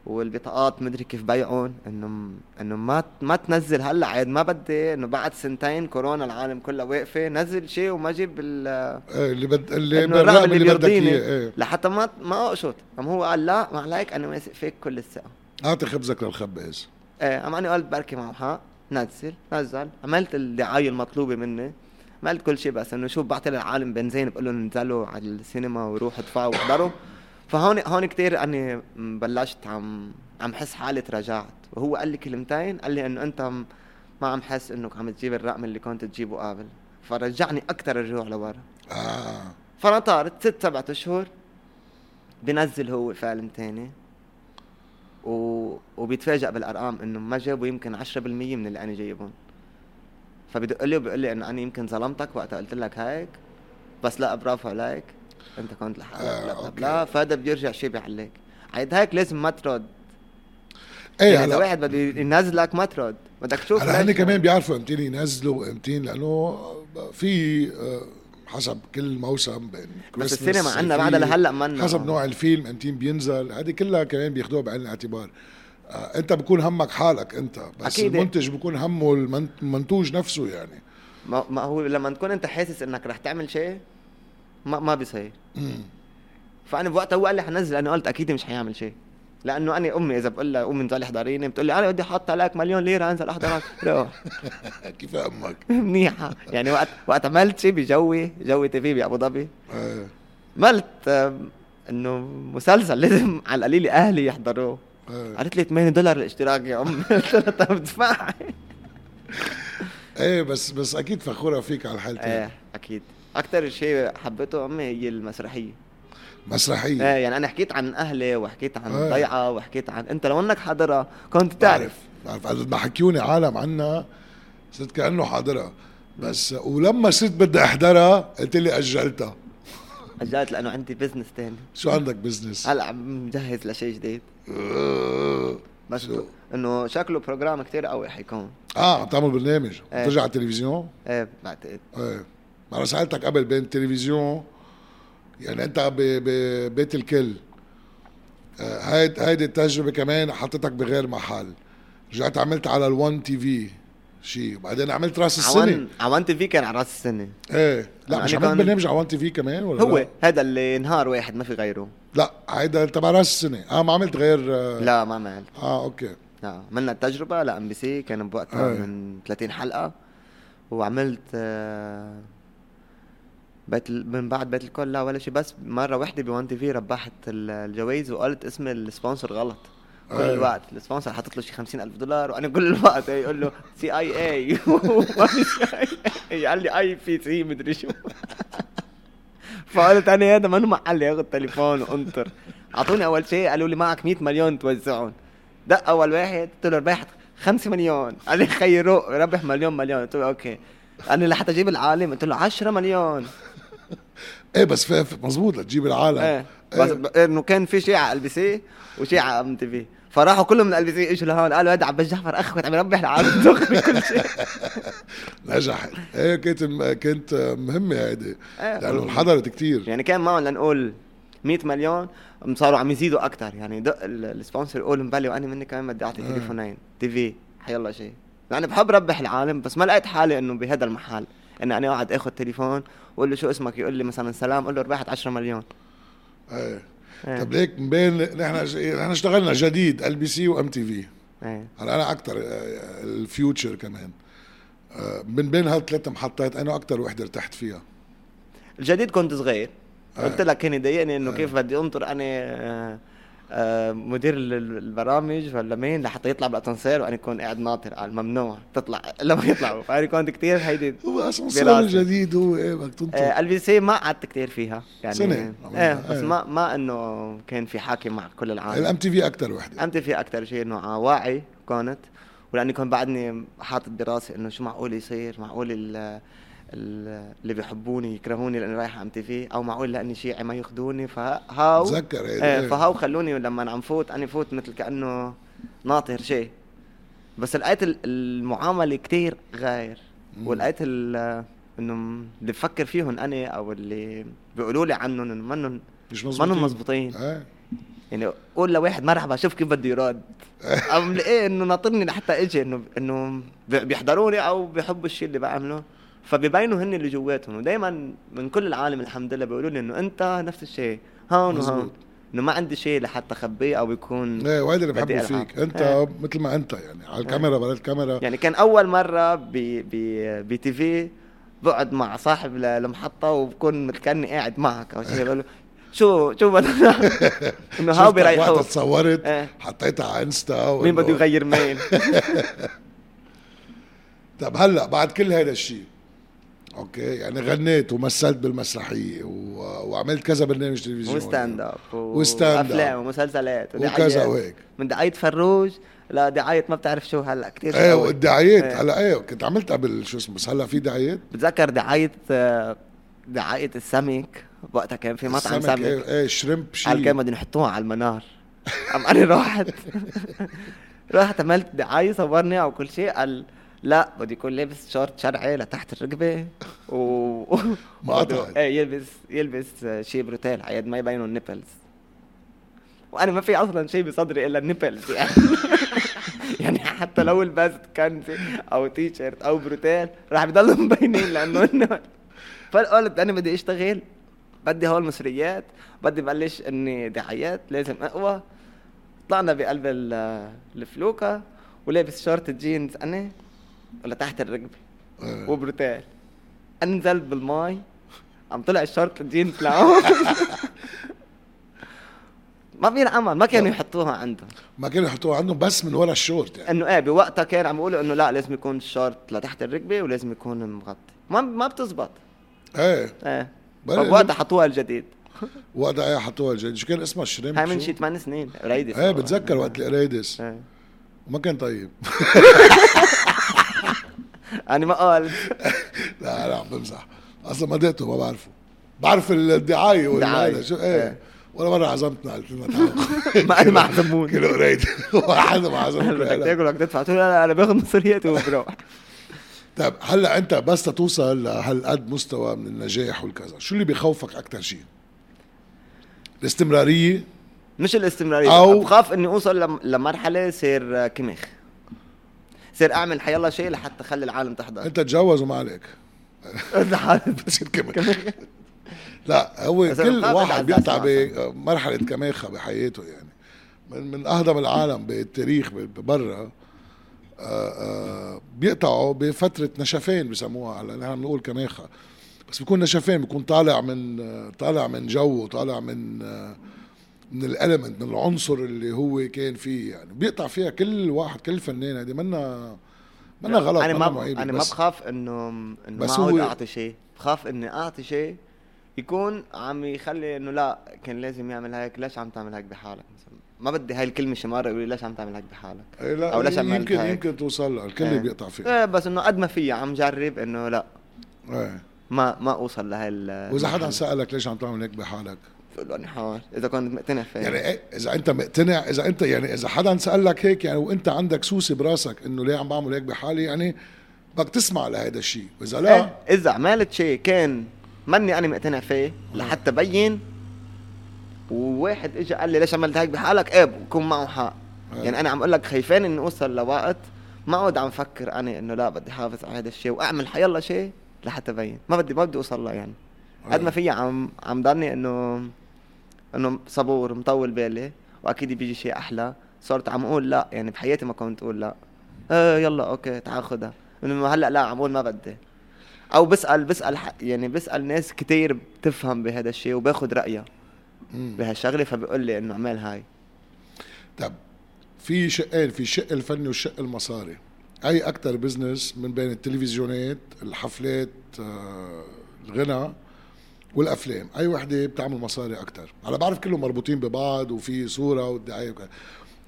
S1: والبطاقات مدري كيف بيعون انه م- انه ما ت- ما تنزل هلا عاد ما بدي انه بعد سنتين كورونا العالم كلها واقفه نزل شيء وما جيب ال
S2: ايه اللي بد اللي
S1: آه. إنه الرقم
S2: بالرقم
S1: اللي
S2: اللي بدك
S1: بيرضيني
S2: اياه ايه
S1: لحتى ما ما اقشط قام هو قال لا ما عليك انا واثق فيك كل إيه، الثقه
S2: اعطي خبزك للخباز
S1: ايه قام انا قلت بركي معه حق نزل نزل عملت الدعايه المطلوبه مني عملت كل شيء بس انه شو بعت للعالم بنزين بقول لهم انزلوا على السينما وروحوا ادفعوا واحضروا فهون هون كثير اني بلشت عم عم حس حالي تراجعت وهو قال لي كلمتين قال لي انه انت م- ما عم حس انك عم تجيب الرقم اللي كنت تجيبه قبل فرجعني اكثر الرجوع لورا
S2: اه
S1: فانا طارت ست سبعة اشهر بنزل هو فيلم تاني و... وبيتفاجئ بالارقام انه ما جابوا يمكن 10% من اللي انا جايبهم فبدق لي وبيقول لي انه انا يمكن ظلمتك وقتها قلت لك هيك بس لا برافو عليك انت كنت لحالك
S2: آه،
S1: بلا بلا
S2: أوكي.
S1: بلا فهذا بيرجع شيء بيعليك عيد هيك لازم ما ترد
S2: ايه
S1: يعني اذا
S2: هلا
S1: واحد بده ينزلك ما ترد بدك تشوف
S2: هلا هن
S1: ليش.
S2: كمان بيعرفوا امتين ينزلوا امتين لانه في آه، حسب كل موسم بين
S1: بس
S2: كريسمس،
S1: السينما عنا
S2: في-
S1: بعدها لهلا منا
S2: حسب نوع الفيلم امتين بينزل هذه كلها كمان بياخدوها بعين الاعتبار آه، انت بكون همك حالك انت بس
S1: أكيد.
S2: أكيد. المنتج بكون همه المن- المنتوج نفسه يعني
S1: ما ما هو لما تكون انت حاسس انك رح تعمل شيء ما ما بيصير فانا بوقتها هو قال لي حنزل انا قلت اكيد مش حيعمل شيء لانه انا امي اذا بقول لها قومي انزلي احضريني بتقول لي انا بدي احط لك مليون ليره انزل احضرك روح
S2: كيف همك
S1: منيحه يعني وقت وقت عملت شيء بجوي جوي تي في بابو ظبي
S2: آه،
S1: عملت آم، انه مسلسل لازم على القليل اهلي يحضروه
S2: آه.
S1: قالت لي 8 دولار الاشتراك يا امي قلت لها طب ادفع
S2: ايه بس بس اكيد فخوره فيك على الحالتين
S1: ايه اكيد اكثر شيء حبيته امي هي المسرحيه
S2: مسرحيه
S1: ايه يعني انا حكيت عن اهلي وحكيت عن
S2: إيه.
S1: ضيعه وحكيت عن انت لو انك حاضرها كنت
S2: بعرف
S1: تعرف
S2: بعرف قد ما حكيوني عالم عنا صرت كانه حاضرها بس ولما صرت بدي احضرها قلت لي اجلتها
S1: رجعت لانه عندي بزنس تاني
S2: شو عندك بزنس؟
S1: هلا عم مجهز لشيء جديد بس
S2: آه. شو؟
S1: انه شكله بروجرام كتير قوي حيكون
S2: اه عم تعمل برنامج
S1: إيه.
S2: بترجع على التلفزيون؟
S1: ايه بعتقد
S2: ايه ما انا سالتك قبل بين التلفزيون يعني انت ب- ببيت الكل آه، هيد هيدي التجربه كمان حطيتك بغير محل رجعت عملت على الون تي في شيء بعدين عملت راس السنه
S1: عوان عوان تي في كان على راس السنه
S2: ايه لا
S1: أنا
S2: مش
S1: كان-
S2: عملت برنامج على 1 تي في كمان ولا
S1: هو
S2: لا؟
S1: هذا اللي نهار واحد ما في غيره
S2: لا آه، هيدا تبع راس السنه اه ما عملت غير آه
S1: لا ما عملت
S2: اه اوكي
S1: لا عملنا التجربه لام بي سي كان بوقتها
S2: إيه.
S1: من 30 حلقه وعملت آه، بيت ال- من بعد بيت الكل لا ولا شيء بس مره واحده بوان تي في ربحت ال- الجوائز وقالت اسم السبونسر غلط كل
S2: إيه.
S1: الوقت السبونسر حاطط له شي 50000 دولار وانا كل الوقت يقول له سي اي اي قال لي اي بي سي مدري شو فقلت انا هذا ما محل اخذ تليفون وانطر اعطوني اول شيء قالوا لي معك 100 مليون توزعهم دق اول واحد قلت له ربحت 5 مليون قال لي خي روق ربح مليون مليون قلت له اوكي انا لحتى اجيب العالم قلت له 10 مليون
S2: ايه بس ف- ف- مزبوط لتجيب العالم
S1: ايه
S2: ايه
S1: بس ب- انه كان في شيء على ال بي سي وشيء على ام تي في فراحوا كلهم من ال بي سي اجوا لهون قالوا هذا عباس جعفر اخوت عم يربح العالم دغري كل شيء
S2: نجحت ايه كانت م- كانت مهمه هيدي
S1: إيه.
S2: لانه انحضرت كثير
S1: يعني كان معهم لنقول 100 مليون أم صاروا عم يزيدوا اكثر يعني دق ال- السبونسر يقول مبلي وانا مني كمان بدي اعطي
S2: آه.
S1: تليفونين تي في حيلا شيء لاني بحب ربح العالم بس ما لقيت حالي انه بهذا المحل انه انا قاعد اخذ تليفون واقول له شو اسمك يقول لي مثلا سلام اقول له ربحت 10 مليون
S2: ايه
S1: إيه.
S2: طب ليك مبين نحن ج- نحن اشتغلنا جديد ال بي سي وام تي في
S1: ايه
S2: هلا انا اكثر الفيوتشر كمان آه، من بين هالثلاث محطات انا اكثر وحده ارتحت فيها
S1: الجديد كنت صغير
S2: آه.
S1: قلت لك كان يضايقني انه كيف بدي انطر انا آه، آه، مدير ال- ال- البرامج ولا مين لحتى يطلع بالاسانسير وانا كنت قاعد ناطر قال ممنوع تطلع لما يطلعوا فانا كنت كثير هيدي
S2: هو اصلا صار
S1: براسي.
S2: الجديد هو ايه بدك تنطر
S1: آه، البي سي ما قعدت كثير فيها يعني
S2: سنة
S1: ايه
S2: عملنا،
S1: بس
S2: إيه.
S1: ما ما انه كان في حاكي مع كل العالم
S2: الام تي في اكثر وحده
S1: امتى في اكثر شيء انه ع واعي كانت ولاني كنت بعدني حاطط دراسه انه شو معقول يصير معقول ال ال- اللي بيحبوني يكرهوني لاني رايح على في او معقول لاني شيعي ما ياخذوني فهاو
S2: بتذكر هيدي،
S1: ايه
S2: إيه.
S1: فهاو خلوني لما عم فوت انا فوت مثل كانه ناطر شيء بس لقيت ال- المعامله كتير غير
S2: مم.
S1: ولقيت ال- انه م- اللي بفكر فيهم انا او اللي بيقولوا لي عنهم انه منهم
S2: مش مزبوطين
S1: منهم مزبوطين
S2: ايه
S1: يعني قول لواحد مرحبا شوف كيف بده يرد
S2: آه.
S1: عم لاقيه انه إيه ناطرني لحتى اجي انه انه بي- بيحضروني او بيحبوا الشيء اللي بعمله فبيبينوا هن اللي جواتهم ودائما من كل العالم الحمد لله بيقولوا لي انه انت نفس الشيء هون وهون
S2: مزبوط.
S1: انه ما عندي شيء لحتى اخبيه او يكون
S2: ايه وهيدا اللي
S1: بدي
S2: بحبه
S1: ألعب.
S2: فيك انت
S1: إيه.
S2: مثل ما انت يعني على الكاميرا برا الكاميرا
S1: يعني كان اول مره ب ب بي تي في بقعد مع صاحب ل- المحطه وبكون كاني قاعد معك او شيء بقول له شو شو بدنا نعمل؟ انه يعني هاو
S2: شفتك وقتها
S1: بيريحوك
S2: تصورت
S1: إيه.
S2: حطيتها على انستا
S1: مين
S2: وإنه-
S1: بده يغير مين
S2: طب هلا بعد كل هذا الشيء اوكي يعني غنيت ومثلت بالمسرحيه و... وعملت كذا برنامج تلفزيوني
S1: وستاند اب
S2: وستاند
S1: وافلام
S2: اب
S1: ومسلسلات
S2: وكذا
S1: ودعايات
S2: وهيك
S1: من دعايه فروج لدعايه ما بتعرف شو هلا كثير
S2: ايه
S1: قوي.
S2: والدعايات
S1: إيه.
S2: هلا ايه كنت عملت قبل شو اسمه بس هلا في دعايات
S1: بتذكر دعايه آه، دعايه السمك وقتها كان في مطعم
S2: السمك،
S1: سمك
S2: ايه, ايه شريمب شيء
S1: على الجامعة بدهم يحطوها على المنار قام انا رحت رحت عملت دعاية صورني او كل شيء قال لا بده يكون لابس شورت شرعي لتحت الركبة و
S2: ما قطعت.
S1: بده- ايه يلبس يلبس شيء بروتيل عيد ما يبينوا النيبلز وانا ما في اصلا شيء بصدري الا النيبلز يعني يعني حتى لو لبست كنزي او تي شيرت او بروتيل راح بضلوا مبينين لانه إنه- فقلت انا بدي اشتغل بدي هول المصريات بدي بلش اني دعايات لازم اقوى طلعنا بقلب ال- الفلوكة ولابس شورت جينز انا ولا تحت الركبه
S2: إيه.
S1: وبروتيل انزل بالماي عم طلع الشورت الجينز لعون ما في امل ما كانوا يحطوها عندهم
S2: ما كانوا يحطوها عندهم بس من ورا الشورت يعني
S1: انه ايه بوقتها كان عم بيقولوا انه لا لازم يكون الشورت لتحت الركبه ولازم يكون مغطي ما ما بتزبط
S2: ايه
S1: ايه
S2: بلا-
S1: فبوقتها حطوها الجديد
S2: وقتها ايه حطوها الجديد شو كان اسمها شريمب
S1: هاي من
S2: شو؟
S1: شي 8 سنين قريدة
S2: ايه بتذكر وقت القريدس
S1: إيه.
S2: وما كان طيب
S1: انا ما قال
S2: لا لا عم بمزح اصلا ما دقته ما بعرفه بعرف الدعايه ولا
S1: دعاية.
S2: هذا شو ايه
S1: إيه.
S2: ولا مره عزمتنا قلت لنا تعالوا
S1: ما انا ما عزموني
S2: كيلو قريد واحد ما
S1: بدك
S2: عزمتنا
S1: تاكل بدك تدفع قلت له لا لا انا باخذ مصرياتي وبروح
S2: طيب هلا انت بس توصل لهالقد مستوى من النجاح والكذا شو اللي بخوفك اكثر شيء الاستمراريه
S1: مش الاستمراريه
S2: أو-
S1: أو بخاف اني اوصل لم... لمرحله صير آه، كمخ صير اعمل حيالله شيء لحتى اخلي العالم تحضر
S2: انت تجوز وما عليك بتصير كمان لا هو
S1: بس
S2: كل
S1: المقابل
S2: واحد
S1: عزاز
S2: بيقطع
S1: معصم.
S2: بمرحله كماخه بحياته يعني من من اهضم العالم بالتاريخ ب- برا آه، آه، بيقطعوا بفتره نشفان بسموها هلا نحن بنقول كماخه بس بيكون نشفان بيكون طالع من آه، طالع من جوه طالع من آه، من الالمنت من العنصر اللي هو كان فيه يعني بيقطع فيها كل واحد كل فنان هذه منا منا غلط
S1: انا
S2: منا
S1: يعني ما
S2: معيبة،
S1: انا ما
S2: بس-
S1: بخاف انه انه
S2: بس
S1: ما
S2: هو-
S1: اعود اعطي شيء بخاف اني اعطي شيء يكون عم يخلي انه لا كان لازم يعمل هيك ليش عم تعمل هيك بحالك مثلا ما بدي هاي الكلمه شي مره يقول لي ليش عم تعمل هيك بحالك
S2: إيه لا
S1: أو ليش عملت
S2: يمكن
S1: هيك؟
S2: يمكن توصل لها الكل
S1: إيه.
S2: بيقطع فيها
S1: ايه بس انه قد ما في عم جرب انه لا
S2: ايه
S1: ما ما اوصل لهي ال-
S2: واذا حدا سالك ليش عم تعمل هيك بحالك
S1: بقول له انا حار اذا كنت مقتنع فيه
S2: يعني إيه اذا انت مقتنع اذا انت يعني اذا حدا سالك هيك يعني وانت عندك سوسه براسك انه ليه عم بعمل هيك بحالي يعني بدك تسمع لهيدا الشيء واذا لا
S1: إيه، اذا عملت شيء كان ماني انا مقتنع فيه
S2: نعم.
S1: لحتى بين وواحد اجى قال لي ليش عملت هيك بحالك ايه بكون معه حق
S2: إيه.
S1: يعني انا عم اقول لك خايفان اني اوصل لوقت ما اقعد عم فكر انا انه لا بدي حافظ على هذا الشيء واعمل حيالله شيء لحتى بين ما بدي ما بدي اوصل له يعني قد ما في عم عم ضلني انه انه صبور مطول بالي واكيد بيجي شيء احلى صرت عم اقول لا يعني بحياتي ما كنت اقول لا آه يلا اوكي تعال خدها انه هلا لا عم اقول ما بدي او بسال بسال ح- يعني بسال ناس كتير بتفهم بهذا الشيء وباخذ رايها
S2: مم.
S1: بهالشغله فبقول لي انه اعمل هاي
S2: طب في شقين في الشق الفني والشق المصاري اي اكثر بزنس من بين التلفزيونات الحفلات آه، الغنى والافلام اي وحده بتعمل مصاري اكثر انا بعرف كلهم مربوطين ببعض وفي صوره والدعايه وكذا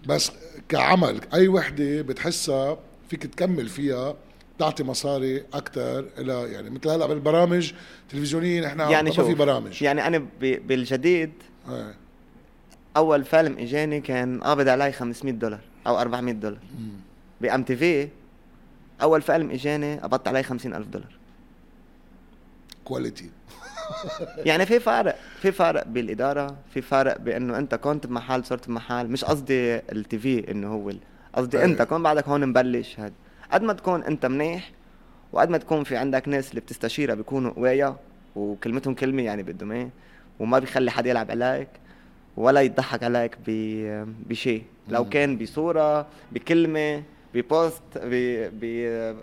S2: بس كعمل اي وحده بتحسها فيك تكمل فيها بتعطي مصاري اكثر الى يعني مثل هلا بالبرامج التلفزيونيه نحن
S1: يعني
S2: آه، ما
S1: شوف
S2: في برامج
S1: يعني انا ب- بالجديد
S2: يعني.
S1: اول فيلم اجاني كان قابض علي 500 دولار او 400 دولار بام تي في اول فيلم اجاني قبضت علي 50000 دولار
S2: كواليتي
S1: يعني في فرق في فرق بالاداره في فرق بانه انت كنت بمحل صرت بمحل مش قصدي التي في انه هو ال- قصدي
S2: إيه.
S1: انت كون بعدك هون مبلش هاد قد ما تكون انت منيح وقد ما تكون في عندك ناس اللي بتستشيرها بيكونوا قوايا وكلمتهم كلمه يعني بدهم ايه وما بيخلي حد يلعب عليك ولا يضحك عليك ب- بشيء لو كان بصوره بكلمه ببوست ب ب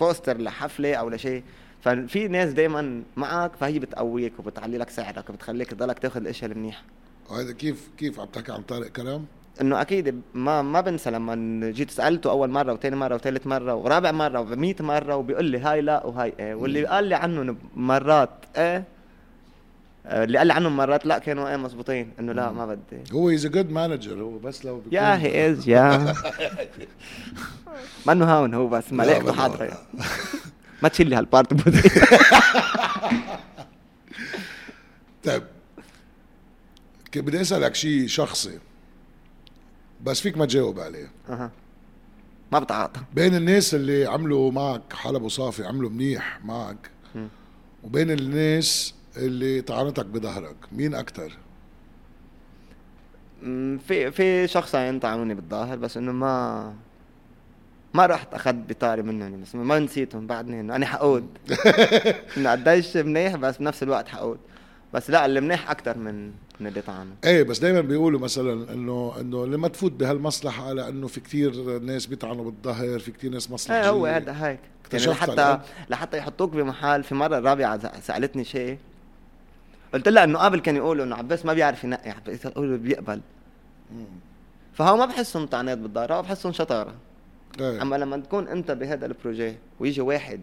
S1: ببوستر لحفله او لشيء ففي ناس دائما معك فهي بتقويك وبتعلي لك سعرك وبتخليك تضلك تاخذ الاشياء المنيحه
S2: هيدا كيف كيف عم تحكي عن طارق كرم؟
S1: انه اكيد ما ما بنسى لما جيت سالته اول مره وثاني مره وثالث مره ورابع مره و100 مره وبيقول لي هاي لا وهاي ايه واللي قال لي عنهم مرات ايه آه، اللي قال لي عنهم مرات لا كانوا ايه مزبوطين انه لا ما بدي
S2: هو از جود مانجر هو بس لو بيكون
S1: يا إيه؟ هي از يا منه هون هو بس ملائكته
S2: منه هون.
S1: حاضره ما تشيل لي هالبارت بودي
S2: طيب ك- بدي اسالك شيء شخصي بس فيك ما تجاوب عليه
S1: أها. ما بتعاطى
S2: بين الناس اللي عملوا معك حلب وصافي عملوا منيح معك
S1: مم.
S2: وبين الناس اللي طعنتك بظهرك مين اكثر
S1: مم، في في شخصين طعنوني بالظاهر بس انه ما ما رحت اخذت بطاري منهم بس ما نسيتهم بعدني انه انا حقود انه قديش منيح بس بنفس الوقت حقود بس لا اللي منيح اكثر من من اللي طعنوا
S2: ايه بس دائما بيقولوا مثلا انه انه لما تفوت بهالمصلحه لانه في كتير ناس بيطعنوا بالظهر في كتير ناس مصلحه
S1: ايه هو هذا هيك يعني
S2: اكتشفت
S1: لحتى
S2: على
S1: لحتى يحطوك بمحل في مره الرابعه ز- سالتني شيء قلت لها انه قبل كان يقولوا انه عباس ما بيعرف ينقي عباس يقولوا بيقبل فهو ما بحسهم طعنات بالظهر هو بحسهم شطاره
S2: ايه.
S1: اما لما تكون انت بهذا البروجي ويجي واحد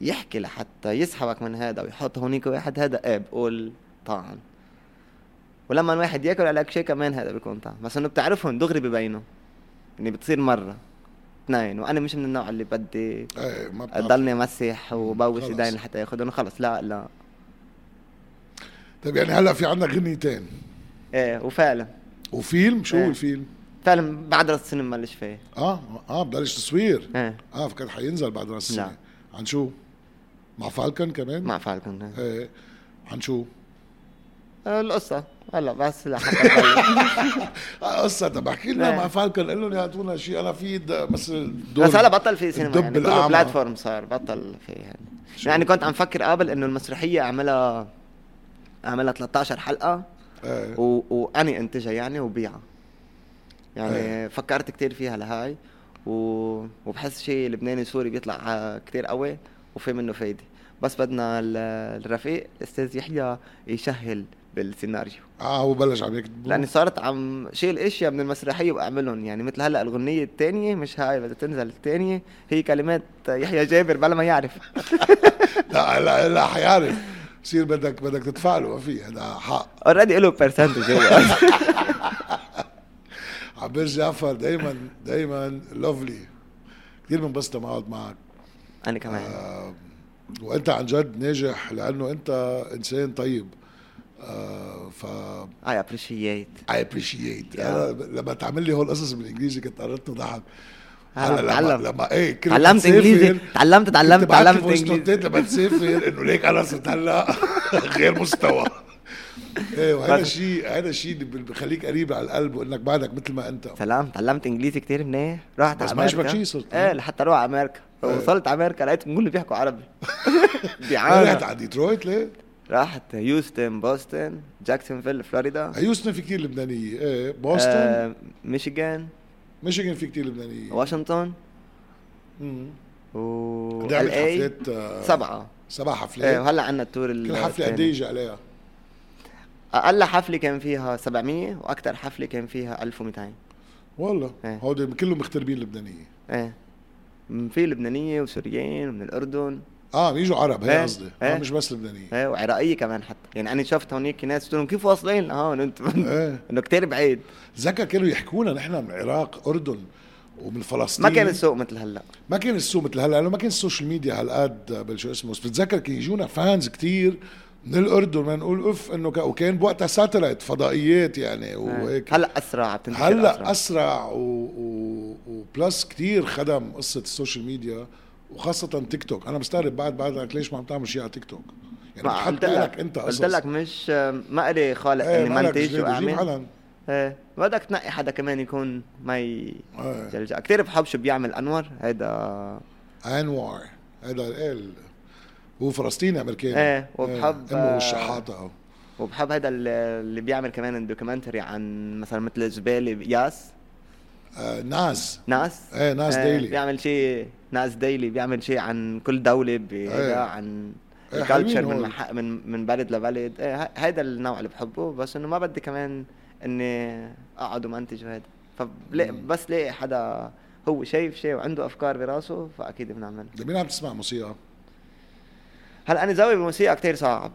S1: يحكي لحتى يسحبك من هذا ويحط هونيك واحد هذا ايه بقول طعن ولما الواحد ياكل عليك شيء كمان هذا بيكون طعن بس انه بتعرفهم دغري ببينوا يعني بتصير مره اثنين وانا مش من النوع اللي بدي
S2: ايه ما بتعرف.
S1: ضلني مسح وبوش
S2: خلص.
S1: ايدين لحتى ياخذهم خلص لا لا
S2: طيب يعني هلا في عندك غنيتين
S1: ايه وفعلا
S2: وفيلم شو
S1: ايه.
S2: الفيلم؟
S1: فعلا بعد راس السنه مبلش فيه
S2: اه اه بلش تصوير
S1: ايه
S2: اه فكر حينزل بعد راس
S1: نعم.
S2: السنه عن شو؟ مع فالكون كمان؟
S1: مع فالكون إيه.
S2: ايه عن شو؟
S1: آه، القصه هلا بس لحتى نبلش.
S2: آه قصة طب احكي لنا
S1: ايه.
S2: مع فالكون قال لهم يعطونا شيء انا في د- بس دور
S1: بس هلا بطل في سينما
S2: الدب
S1: يعني كله
S2: الأعمى.
S1: بلاتفورم صار بطل في يعني
S2: شو؟
S1: يعني كنت عم فكر قبل انه المسرحيه اعملها اعملها 13 حلقه
S2: ايه.
S1: و... واني انتجها يعني وبيعها يعني
S2: إيه.
S1: فكرت كتير فيها لهاي و... وبحس شيء لبناني سوري بيطلع آه، كتير قوي وفي منه فايده بس بدنا ال- الرفيق استاذ يحيى يشهل بالسيناريو
S2: اه هو بلش عم يكتب
S1: لاني صارت عم شيل اشياء من المسرحيه واعملهم يعني مثل هلا الغنيه الثانيه مش هاي بدها تنزل الثانيه هي كلمات يحيى جابر بلا ما يعرف
S2: لا لا لا حيعرف بصير بدك بدك تدفع له ما في هذا حق
S1: اوريدي له برسنتج هو
S2: عبير جعفر دائما دائما لوفلي كثير بنبسط لما اقعد معك
S1: انا كمان
S2: آه، وانت عن جد ناجح لانه انت انسان طيب آه، ف
S1: اي ابريشيت
S2: اي ابريشيت لما تعمل لي هول القصص بالانجليزي كنت قررت ضحك أنا لما-
S1: تعلم
S2: لما ايه كنت
S1: تعلمت
S2: بتسافر،
S1: انجليزي تعلمت
S2: كنت
S1: تعلمت
S2: بعت لي
S1: تعلمت
S2: voice
S1: انجليزي
S2: noteات لما تسافر انه ليك انا صرت هلا غير مستوى ايه وهذا
S1: بس-
S2: شيء هذا الشيء اللي بخليك قريب على القلب وانك بعدك مثل ما انت
S1: سلام تعلمت انجليزي كتير منيح رحت
S2: بس
S1: على
S2: ما عجبك
S1: امريكا
S2: شي صرت.
S1: ايه لحتى اروح على امريكا
S2: إيه.
S1: وصلت على امريكا لقيتهم كلهم بيحكوا عربي
S2: رحت
S1: بيعانوا
S2: على ديترويت ليه؟
S1: رحت هيوستن بوسطن جاكسونفيل فلوريدا
S2: هيوستن في كتير لبنانيه ايه بوسطن
S1: آه، ميشيغان
S2: ميشيغان في كتير لبنانيه
S1: واشنطن
S2: مم.
S1: و
S2: بدي اعمل
S1: ال اي
S2: حفلات آه،
S1: سبعة
S2: سبع
S1: ايه
S2: حفلات
S1: وهلا عندنا التور ال-
S2: كل حفله قد
S1: التاني.
S2: ايه يجي عليها؟
S1: اقل حفلة كان فيها 700 واكثر حفلة كان فيها 1200
S2: والله
S1: إيه.
S2: هودي كلهم مغتربين لبنانيه
S1: ايه م- في لبنانية وسوريين ومن الاردن
S2: اه بيجوا عرب هي
S1: إيه.
S2: قصدي
S1: إيه.
S2: آه مش بس لبنانيه
S1: ايه وعراقية كمان حتى يعني انا شفت هونيك ناس قلت لهم كيف واصلين آه، لهون انتم
S2: إيه.
S1: انه كتير بعيد
S2: زكا كانوا يحكونا نحن من العراق اردن ومن فلسطين
S1: ما كان السوق مثل هلا
S2: ما كان السوق مثل هلا لانه ما كان السوشيال ميديا هالقد بالشو اسمه بس بتذكر كان يجونا فانز كتير من الاردن ما نقول اف انه ك... وكان بوقتها ساتلايت فضائيات يعني
S1: إيه.
S2: وهيك
S1: هلا اسرع بتنتشر
S2: هلا
S1: أسرع.
S2: اسرع و... و... وبلس كتير خدم قصه السوشيال ميديا وخاصه تيك توك انا مستغرب بعد بعدك ليش ما عم تعمل شيء على تيك توك يعني
S1: ما
S2: حط
S1: قلت لك
S2: لك انت
S1: قلت لك مش ما لي خالق
S2: إيه،
S1: اني منتج واعمل ايه بدك تنقي حدا كمان يكون ما ي-
S2: إيه.
S1: يلجأ كثير بحب شو بيعمل انور هيدا
S2: انوار هذا ال هو فلسطيني امريكاني
S1: إيه، وبحب-
S2: امه الشحاطه
S1: وبحب هذا اللي بيعمل كمان دوكيومنتري عن مثلا مثل جبال ياس
S2: آه ناس
S1: ناس
S2: ايه ناس
S1: آه،
S2: ديلي
S1: بيعمل شيء ناس ديلي بيعمل شيء عن كل دولة
S2: إيه.
S1: بهذا عن
S2: إيه،
S1: الكالتشر
S2: حلوين
S1: من
S2: هول.
S1: مح... من من بلد لبلد ايه ه- هيدا النوع اللي بحبه بس انه ما بدي كمان اني اقعد ومنتج وهيدا فبس لاقي حدا هو شايف شيء وعنده افكار براسه فاكيد بنعملها
S2: ده مين عم تسمع موسيقى؟
S1: هلا انا ذوقي بالموسيقى كتير صعب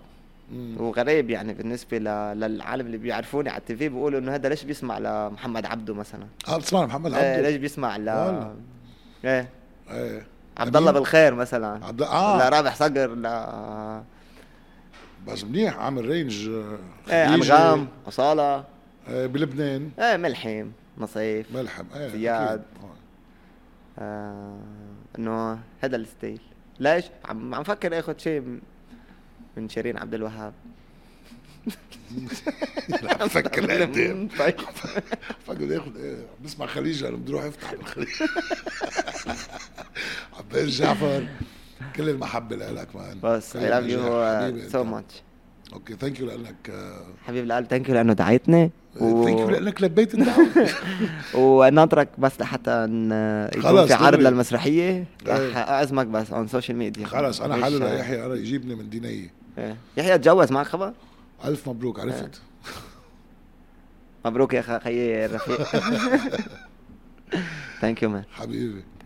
S2: مم.
S1: وغريب يعني بالنسبه ل... للعالم اللي بيعرفوني على التيفي بيقولوا انه هذا ليش بيسمع لمحمد عبده مثلا
S2: اه بتسمع محمد
S1: ايه
S2: عبده
S1: ليش بيسمع ل
S2: والله.
S1: ايه
S2: ايه
S1: عبد الله
S2: أمين؟
S1: بالخير مثلا
S2: عبد
S1: لا
S2: اه
S1: رابح صقر لا
S2: بس منيح عامل رينج آه،
S1: ايه
S2: خليجي.
S1: انغام اصاله
S2: آه، بلبنان
S1: ايه ملحم نصيف
S2: ملحم ايه
S1: زياد.
S2: أكيد. آه.
S1: آه انه هذا الستيل ليش عم عم فكر اخذ شيء من- من شيرين عبد الوهاب
S2: عم فكر لقدام
S1: طيب
S2: فكر بدي اخد ايه عم بسمع خليج لانه بدي اروح افتح بالخليج عباس جعفر كل المحبه لك مان
S1: بس
S2: كل
S1: اي لاف
S2: الوجه، حبيبي
S1: يو سو
S2: أنت.
S1: ماتش
S2: اوكي ثانك يو لانك آه،
S1: حبيب القلب ثانك يو لانه دعيتني و-
S2: ثانك يو لانك لبيت الدعوه
S1: وناطرك بس لحتى ان يكون
S2: خلص،
S1: في عرض
S2: دغري.
S1: للمسرحيه
S2: إيه.
S1: رح اعزمك بس اون سوشيال ميديا
S2: خلص انا
S1: مش-
S2: حلو ليحيى انا يجيبني من دينيه
S1: إيه. يحيى تجوز معك خبر؟
S2: الف مبروك عرفت
S1: آه. مبروك يا خ- خيي الرفيق ثانك يو مان
S2: حبيبي